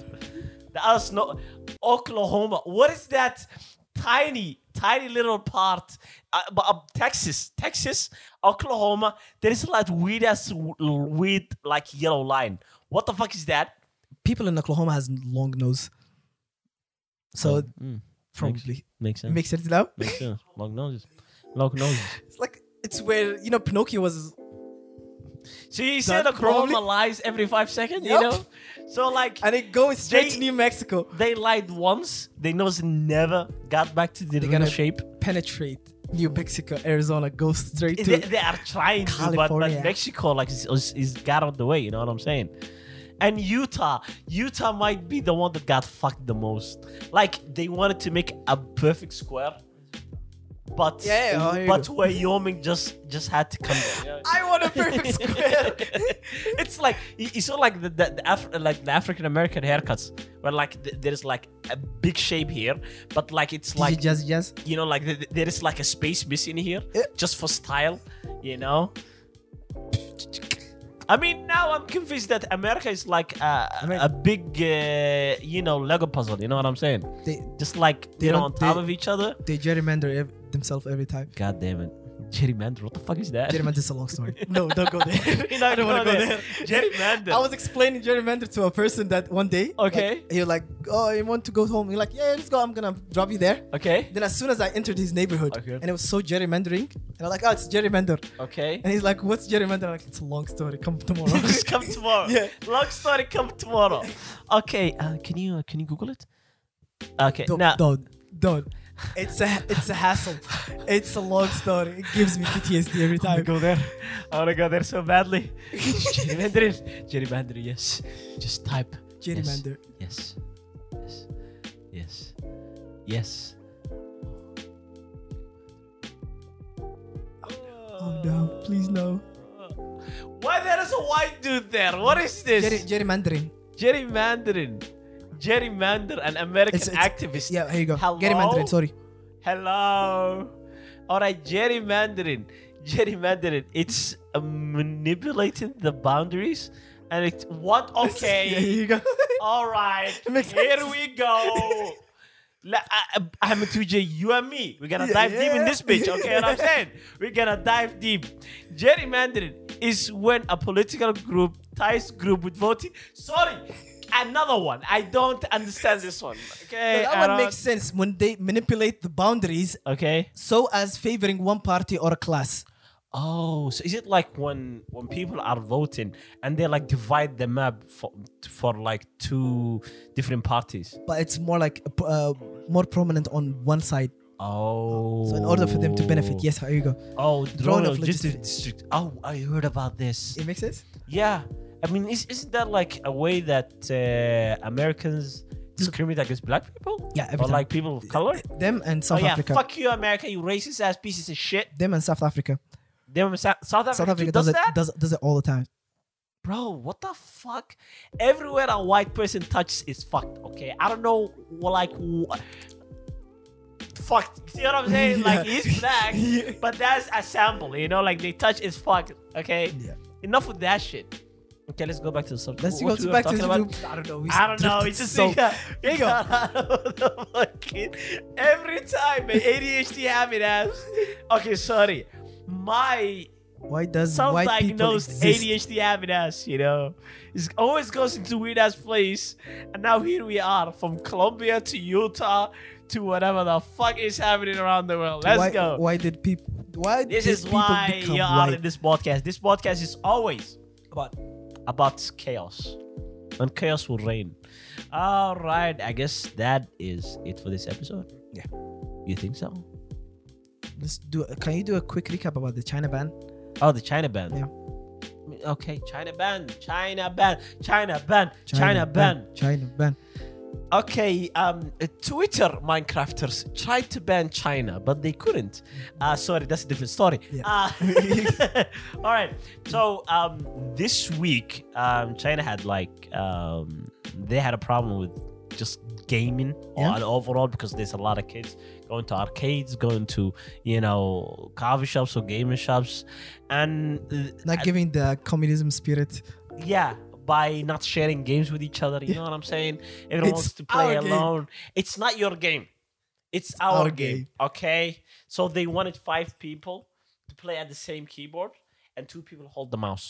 Speaker 1: The other snow, Oklahoma. What is that tiny, tiny little part? Uh, but, uh, Texas, Texas, Oklahoma. There is like weird ass, w- weird like yellow line. What the fuck is that?
Speaker 2: People in Oklahoma has long nose, so
Speaker 1: Oh, mm.
Speaker 2: probably
Speaker 1: Makes
Speaker 2: it makes sense now.
Speaker 1: Makes sense. Long noses. Long noses.
Speaker 2: It's like it's where you know Pinocchio was.
Speaker 1: So you said
Speaker 2: That probably-
Speaker 1: Oklahoma lies every five seconds,
Speaker 2: Yup.
Speaker 1: you know? So like
Speaker 2: And it goes straight
Speaker 1: They-
Speaker 2: to New Mexico.
Speaker 1: they lied once, they nose never got back to the
Speaker 2: They're
Speaker 1: original
Speaker 2: gonna-
Speaker 1: shape.
Speaker 2: Penetrate New Mexico, Arizona, goes straight to
Speaker 1: They, they are trying to, but,
Speaker 2: California.
Speaker 1: but Mexico like is, is, is got out of the way, you know what I'm saying? And Utah, Utah might be the one that got fucked the most. Like they wanted to make a perfect square, but
Speaker 2: Yeah, yeah, oh, here you
Speaker 1: but
Speaker 2: go.
Speaker 1: Wyoming just just had to come down.
Speaker 2: I want a perfect square.
Speaker 1: it's like you you saw like the, the, the Af- like the African American haircuts where like th- there is like a big shape here, but like it's like
Speaker 2: jazz, jazz.
Speaker 1: you know like th- th- there is like a space missing here
Speaker 2: Yeah.
Speaker 1: just for style, you know. I mean, now I'm convinced that America is like a,
Speaker 2: mean-
Speaker 1: a big, uh, you know, Lego puzzle. You know what I'm saying?
Speaker 2: They
Speaker 1: Just like
Speaker 2: They
Speaker 1: you know,
Speaker 2: don't-
Speaker 1: on top
Speaker 2: they-
Speaker 1: of each other.
Speaker 2: they gerrymander ev- themselves every time.
Speaker 1: God damn it, gerrymander! What the fuck is that?
Speaker 2: Gerrymander is a long story. No, don't go there.
Speaker 1: You know,
Speaker 2: I don't want
Speaker 1: no,
Speaker 2: to go
Speaker 1: no.
Speaker 2: there.
Speaker 1: Gerrymander.
Speaker 2: I was explaining gerrymander to a person that one day.
Speaker 1: Okay.
Speaker 2: Like, you're like, oh, you want to go home? You're like, yeah, let's go. I'm gonna drop you there.
Speaker 1: okay,
Speaker 2: Then as soon as I entered his neighborhood,
Speaker 1: Okay.
Speaker 2: and it was so gerrymandering, and I'm like, oh, it's gerrymander.
Speaker 1: okay.
Speaker 2: And he's like, what's gerrymander? I'm like, it's a long story. Come tomorrow.
Speaker 1: just come tomorrow.
Speaker 2: Yeah.
Speaker 1: Long story, come tomorrow. Okay, uh, can you uh, can you Google it? Okay,
Speaker 2: don't,
Speaker 1: now
Speaker 2: don't, don't. It's a it's a hassle. It's a long story. It gives me PTSD every
Speaker 1: I
Speaker 2: time.
Speaker 1: go there. I wanna go there so badly. gerrymandering, gerrymandering. Yes, just type
Speaker 2: gerrymander.
Speaker 1: Yes, yes, yes, yes.
Speaker 2: Oh no, please no.
Speaker 1: Why there is a white dude there? What is this?
Speaker 2: Gerry, gerrymandering.
Speaker 1: gerrymandering, gerrymander, an American
Speaker 2: It's- it's-
Speaker 1: activist.
Speaker 2: Yeah, here you go.
Speaker 1: Hello?
Speaker 2: Gerrymandering. Sorry.
Speaker 1: Hello. All right, gerrymandering. Gerrymandering. It's uh, manipulating the boundaries. And it's what?
Speaker 2: Yeah,
Speaker 1: Okay.
Speaker 2: here you go.
Speaker 1: All right.
Speaker 2: makes
Speaker 1: Here
Speaker 2: sense.
Speaker 1: we go. La- I, am a 2J, you and me. We're gonna
Speaker 2: Yeah,
Speaker 1: dive deep in
Speaker 2: yeah.
Speaker 1: this bitch, okay? what I'm saying? We're gonna dive deep. Gerrymandering is when a political group ties group with voting. Sorry, another one. I don't understand this one. Okay. I
Speaker 2: that one
Speaker 1: don't-
Speaker 2: makes sense when they manipulate the boundaries
Speaker 1: okay.
Speaker 2: so as favoring one party or a class.
Speaker 1: Oh, so is it like when when people are voting and they like divide the map for for like two different parties?
Speaker 2: But it's more like uh, more prominent on one side.
Speaker 1: Oh,
Speaker 2: So in order for them to benefit, yes, here you go.
Speaker 1: Oh,
Speaker 2: Drawing
Speaker 1: drawing
Speaker 2: of
Speaker 1: of legislative
Speaker 2: legislati-
Speaker 1: district. Oh, I heard about this.
Speaker 2: It makes sense.
Speaker 1: Yeah, I mean, is isn't that like a way that uh, Americans discriminate against black people?
Speaker 2: Yeah, every
Speaker 1: or
Speaker 2: time.
Speaker 1: like people of color?
Speaker 2: Them and South
Speaker 1: oh yeah,
Speaker 2: Africa.
Speaker 1: fuck you, America, you racist ass pieces of shit.
Speaker 2: Them and South Africa.
Speaker 1: Them South, South Africa,
Speaker 2: South Africa
Speaker 1: does,
Speaker 2: does, it.
Speaker 1: that?
Speaker 2: Does does it all the time.
Speaker 1: bro what the fuck everywhere a white person touches is fucked okay i don't know well, like wha- fucked see what i'm saying like
Speaker 2: Yeah.
Speaker 1: he's black
Speaker 2: Yeah.
Speaker 1: but that's a sample you know like they touch is fucked okay
Speaker 2: Yeah.
Speaker 1: enough with that shit Okay, let's go back to the subject.
Speaker 2: Let's
Speaker 1: What
Speaker 2: go
Speaker 1: we were
Speaker 2: back to
Speaker 1: talking about?
Speaker 2: YouTube. I don't know. We
Speaker 1: I don't know.
Speaker 2: drifted
Speaker 1: It's just
Speaker 2: so.
Speaker 1: so. There you go. Fucking- Every time, man. ADHD habit ass. Okay, sorry. My
Speaker 2: Why does white people
Speaker 1: self-diagnosed
Speaker 2: exist?
Speaker 1: ADHD habit ass, you know, it always goes into weird ass place. And now here we are, from Colombia to Utah to whatever the fuck is happening around the world. Let's
Speaker 2: why,
Speaker 1: go.
Speaker 2: Why did people? Why
Speaker 1: this
Speaker 2: did
Speaker 1: is
Speaker 2: people
Speaker 1: why
Speaker 2: become
Speaker 1: you are
Speaker 2: white?
Speaker 1: in this podcast. This podcast is always
Speaker 2: But
Speaker 1: about chaos. And chaos will reign. All right, I guess that is it for this episode.
Speaker 2: Yeah.
Speaker 1: You think so?
Speaker 2: let's do. Can you do a quick recap about the China ban?
Speaker 1: Oh, the China ban.
Speaker 2: Yeah.
Speaker 1: Okay, China ban, China ban, China ban, China, ban.
Speaker 2: China ban.
Speaker 1: Okay, um, Twitter Minecrafters tried to ban China, but they couldn't. Uh, sorry, that's a different story.
Speaker 2: Yeah.
Speaker 1: Uh, all right. So um, this week, um, China had like um, they had a problem with just gaming
Speaker 2: Yeah.
Speaker 1: on overall because there's a lot of kids going to arcades, going to you know coffee shops or gaming shops, and uh,
Speaker 2: Not giving the communism spirit.
Speaker 1: yeah by not sharing games with each other you know what i'm saying everyone
Speaker 2: It's
Speaker 1: wants to play
Speaker 2: our game.
Speaker 1: alone it's not your game it's our,
Speaker 2: our
Speaker 1: game.
Speaker 2: game.
Speaker 1: okay so they wanted five people to play at the same keyboard and two people hold the mouse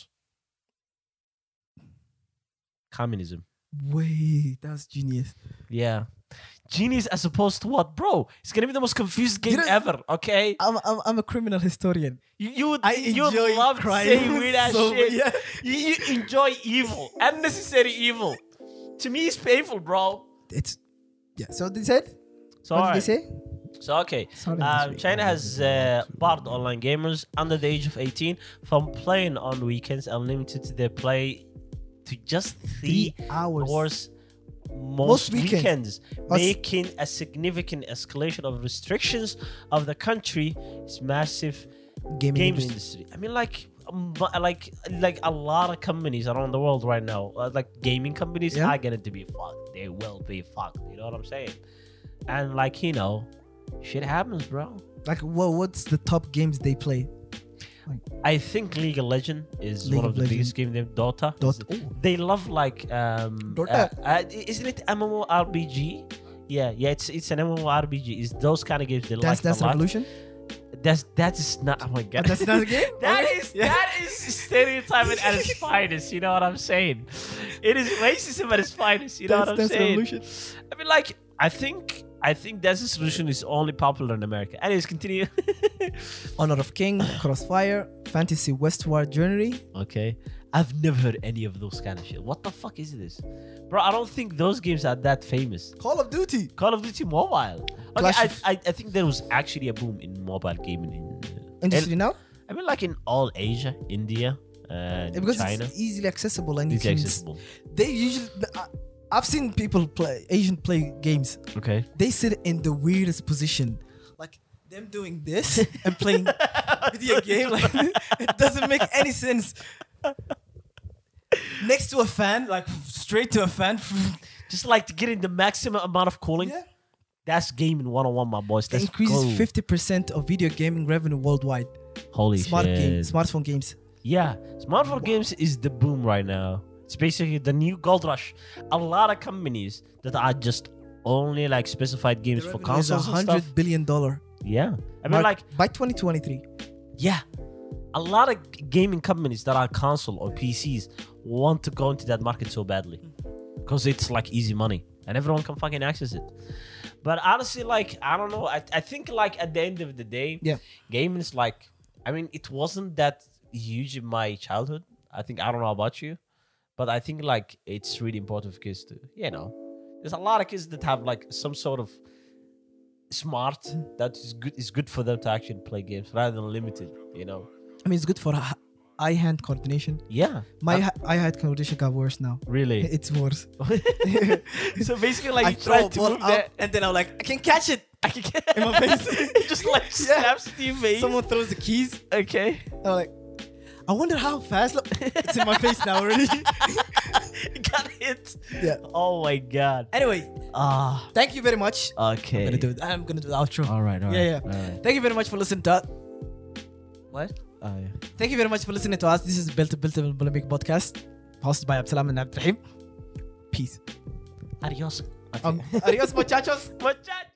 Speaker 1: communism
Speaker 2: Wait, that's genius.
Speaker 1: yeah genius as opposed to what bro it's gonna be the most confused game
Speaker 2: know-
Speaker 1: ever okay
Speaker 2: I'm, I'm, I'm a criminal historian.
Speaker 1: you you would,
Speaker 2: I
Speaker 1: you would
Speaker 2: enjoy
Speaker 1: love
Speaker 2: crime
Speaker 1: saying weird ass
Speaker 2: so
Speaker 1: shit
Speaker 2: much. Yeah.
Speaker 1: you, you enjoy evil unnecessary evil to me it's painful bro
Speaker 2: It's yeah. So they said.
Speaker 1: So,
Speaker 2: what
Speaker 1: all right.
Speaker 2: did they say?
Speaker 1: so okay.
Speaker 2: Sorry, this
Speaker 1: Um,
Speaker 2: week.
Speaker 1: China has uh, barred online gamers under the age of 18 from playing on weekends and limited their play to just three,
Speaker 2: hours.
Speaker 1: hours most, weekends,
Speaker 2: weekends. Us-
Speaker 1: making a significant escalation of restrictions of the country's massive
Speaker 2: Gaming
Speaker 1: games
Speaker 2: industry.
Speaker 1: industry. I mean, like, um, bu- like, like a lot of companies around the world right now, uh, like gaming companies,
Speaker 2: Yeah.
Speaker 1: are gonna to be fucked. They will be fucked. You know what I'm saying? And like, you know, shit happens, bro.
Speaker 2: Like, wha- what's the top games they play?
Speaker 1: I think League of Legend is
Speaker 2: League
Speaker 1: one of,
Speaker 2: of
Speaker 1: the biggest games. Them Dota.
Speaker 2: Dota. Ooh.
Speaker 1: They love like um,
Speaker 2: Dota.
Speaker 1: uh, uh, isn't it MMORPG? Yeah, yeah, it's it's an MMORPG. It's those kind of games they
Speaker 2: Dance
Speaker 1: like
Speaker 2: Dance
Speaker 1: a lot.
Speaker 2: Revolution.
Speaker 1: That's that's not. Oh my god,
Speaker 2: That's another game.
Speaker 1: That
Speaker 2: Okay.
Speaker 1: is
Speaker 2: Yeah.
Speaker 1: that is stereotyping at its finest. You know what I'm saying? It is racism at its finest. You know
Speaker 2: Dance
Speaker 1: what I'm
Speaker 2: Dance
Speaker 1: saying?
Speaker 2: Revolution.
Speaker 1: I mean, like, I think I think Dance Dance Revolution is only popular in America. Anyways, continue.
Speaker 2: Honor of King, Crossfire, Fantasy Westward Journey.
Speaker 1: okay, I've never heard any of those kind of shit. What the fuck is this, bro? I don't think those games are that famous.
Speaker 2: Call of Duty.
Speaker 1: Call of Duty Mobile. Okay,
Speaker 2: Clash
Speaker 1: I,
Speaker 2: of-
Speaker 1: I, I think there was actually a boom in mobile gaming in. Uh,
Speaker 2: Industry now?
Speaker 1: I mean, like in all Asia, India, uh,
Speaker 2: Yeah, Because
Speaker 1: China.
Speaker 2: it's easily accessible and you
Speaker 1: It's
Speaker 2: can s-
Speaker 1: accessible.
Speaker 2: They usually. I- I've seen people play Asian play games.
Speaker 1: Okay.
Speaker 2: They sit in the weirdest position, like them doing this and playing video game. Like it doesn't make any sense. Next to a fan, like straight to a fan.
Speaker 1: Just like to get in the maximum amount of cooling.
Speaker 2: yeah.
Speaker 1: That's gaming 101, my boys.
Speaker 2: That
Speaker 1: That's
Speaker 2: increases fifty percent of video gaming revenue worldwide.
Speaker 1: Holy
Speaker 2: Smart
Speaker 1: shit.
Speaker 2: games, smartphone games.
Speaker 1: Yeah. Smartphone games is the boom right now. It's basically the new gold rush. A lot of companies that are just only like specified games for
Speaker 2: Revenue is
Speaker 1: consoles and stuff.
Speaker 2: $100 billion dollar.
Speaker 1: Yeah. I mean,
Speaker 2: mark
Speaker 1: like,
Speaker 2: by 2023.
Speaker 1: yeah. A lot of g- gaming companies that are console or PCs want to go into that market so badly because it's like easy money and everyone can fucking access it. But honestly, like, I don't know. I, I think, like, at the end of the day,
Speaker 2: Yeah.
Speaker 1: gaming is like, I mean, it wasn't that huge in my childhood. I think, I don't know about you, but I think, like, it's really important for kids to, you know, there's a lot of kids that have, like, some sort of smart that is good is good for them to actually play games rather than limited you know
Speaker 2: I mean, it's good for ha- eye hand coordination.
Speaker 1: yeah
Speaker 2: My
Speaker 1: Uh,
Speaker 2: ha- eye hand coordination got worse now.
Speaker 1: really
Speaker 2: It's worse.
Speaker 1: so basically like
Speaker 2: I
Speaker 1: you
Speaker 2: throw
Speaker 1: try
Speaker 2: a
Speaker 1: to
Speaker 2: ball
Speaker 1: move
Speaker 2: out
Speaker 1: that
Speaker 2: and then I'm like, I can catch it.
Speaker 1: I can get
Speaker 2: In my face.
Speaker 1: It just like snaps to your face
Speaker 2: Someone throws the keys.
Speaker 1: okay
Speaker 2: And I'm like, I wonder how fast. Look, it's in my face now already.
Speaker 1: got hit
Speaker 2: Yeah.
Speaker 1: oh my god
Speaker 2: anyway,
Speaker 1: ah
Speaker 2: thank you very much.
Speaker 1: okay
Speaker 2: I'm gonna do it. I'm gonna do the outro.
Speaker 4: All right, all right.
Speaker 2: Yeah, yeah.
Speaker 4: All right.
Speaker 2: Thank you very much for listening to.
Speaker 1: what
Speaker 4: Uh, yeah.
Speaker 1: Oh,
Speaker 2: Thank you very much for listening to us. This is Built to Built to Bulimic Podcast. hosted by Absalam and Abdurrahim. Peace.
Speaker 1: Adios. Okay.
Speaker 2: Um, adios, muchachos.
Speaker 1: Muchachos.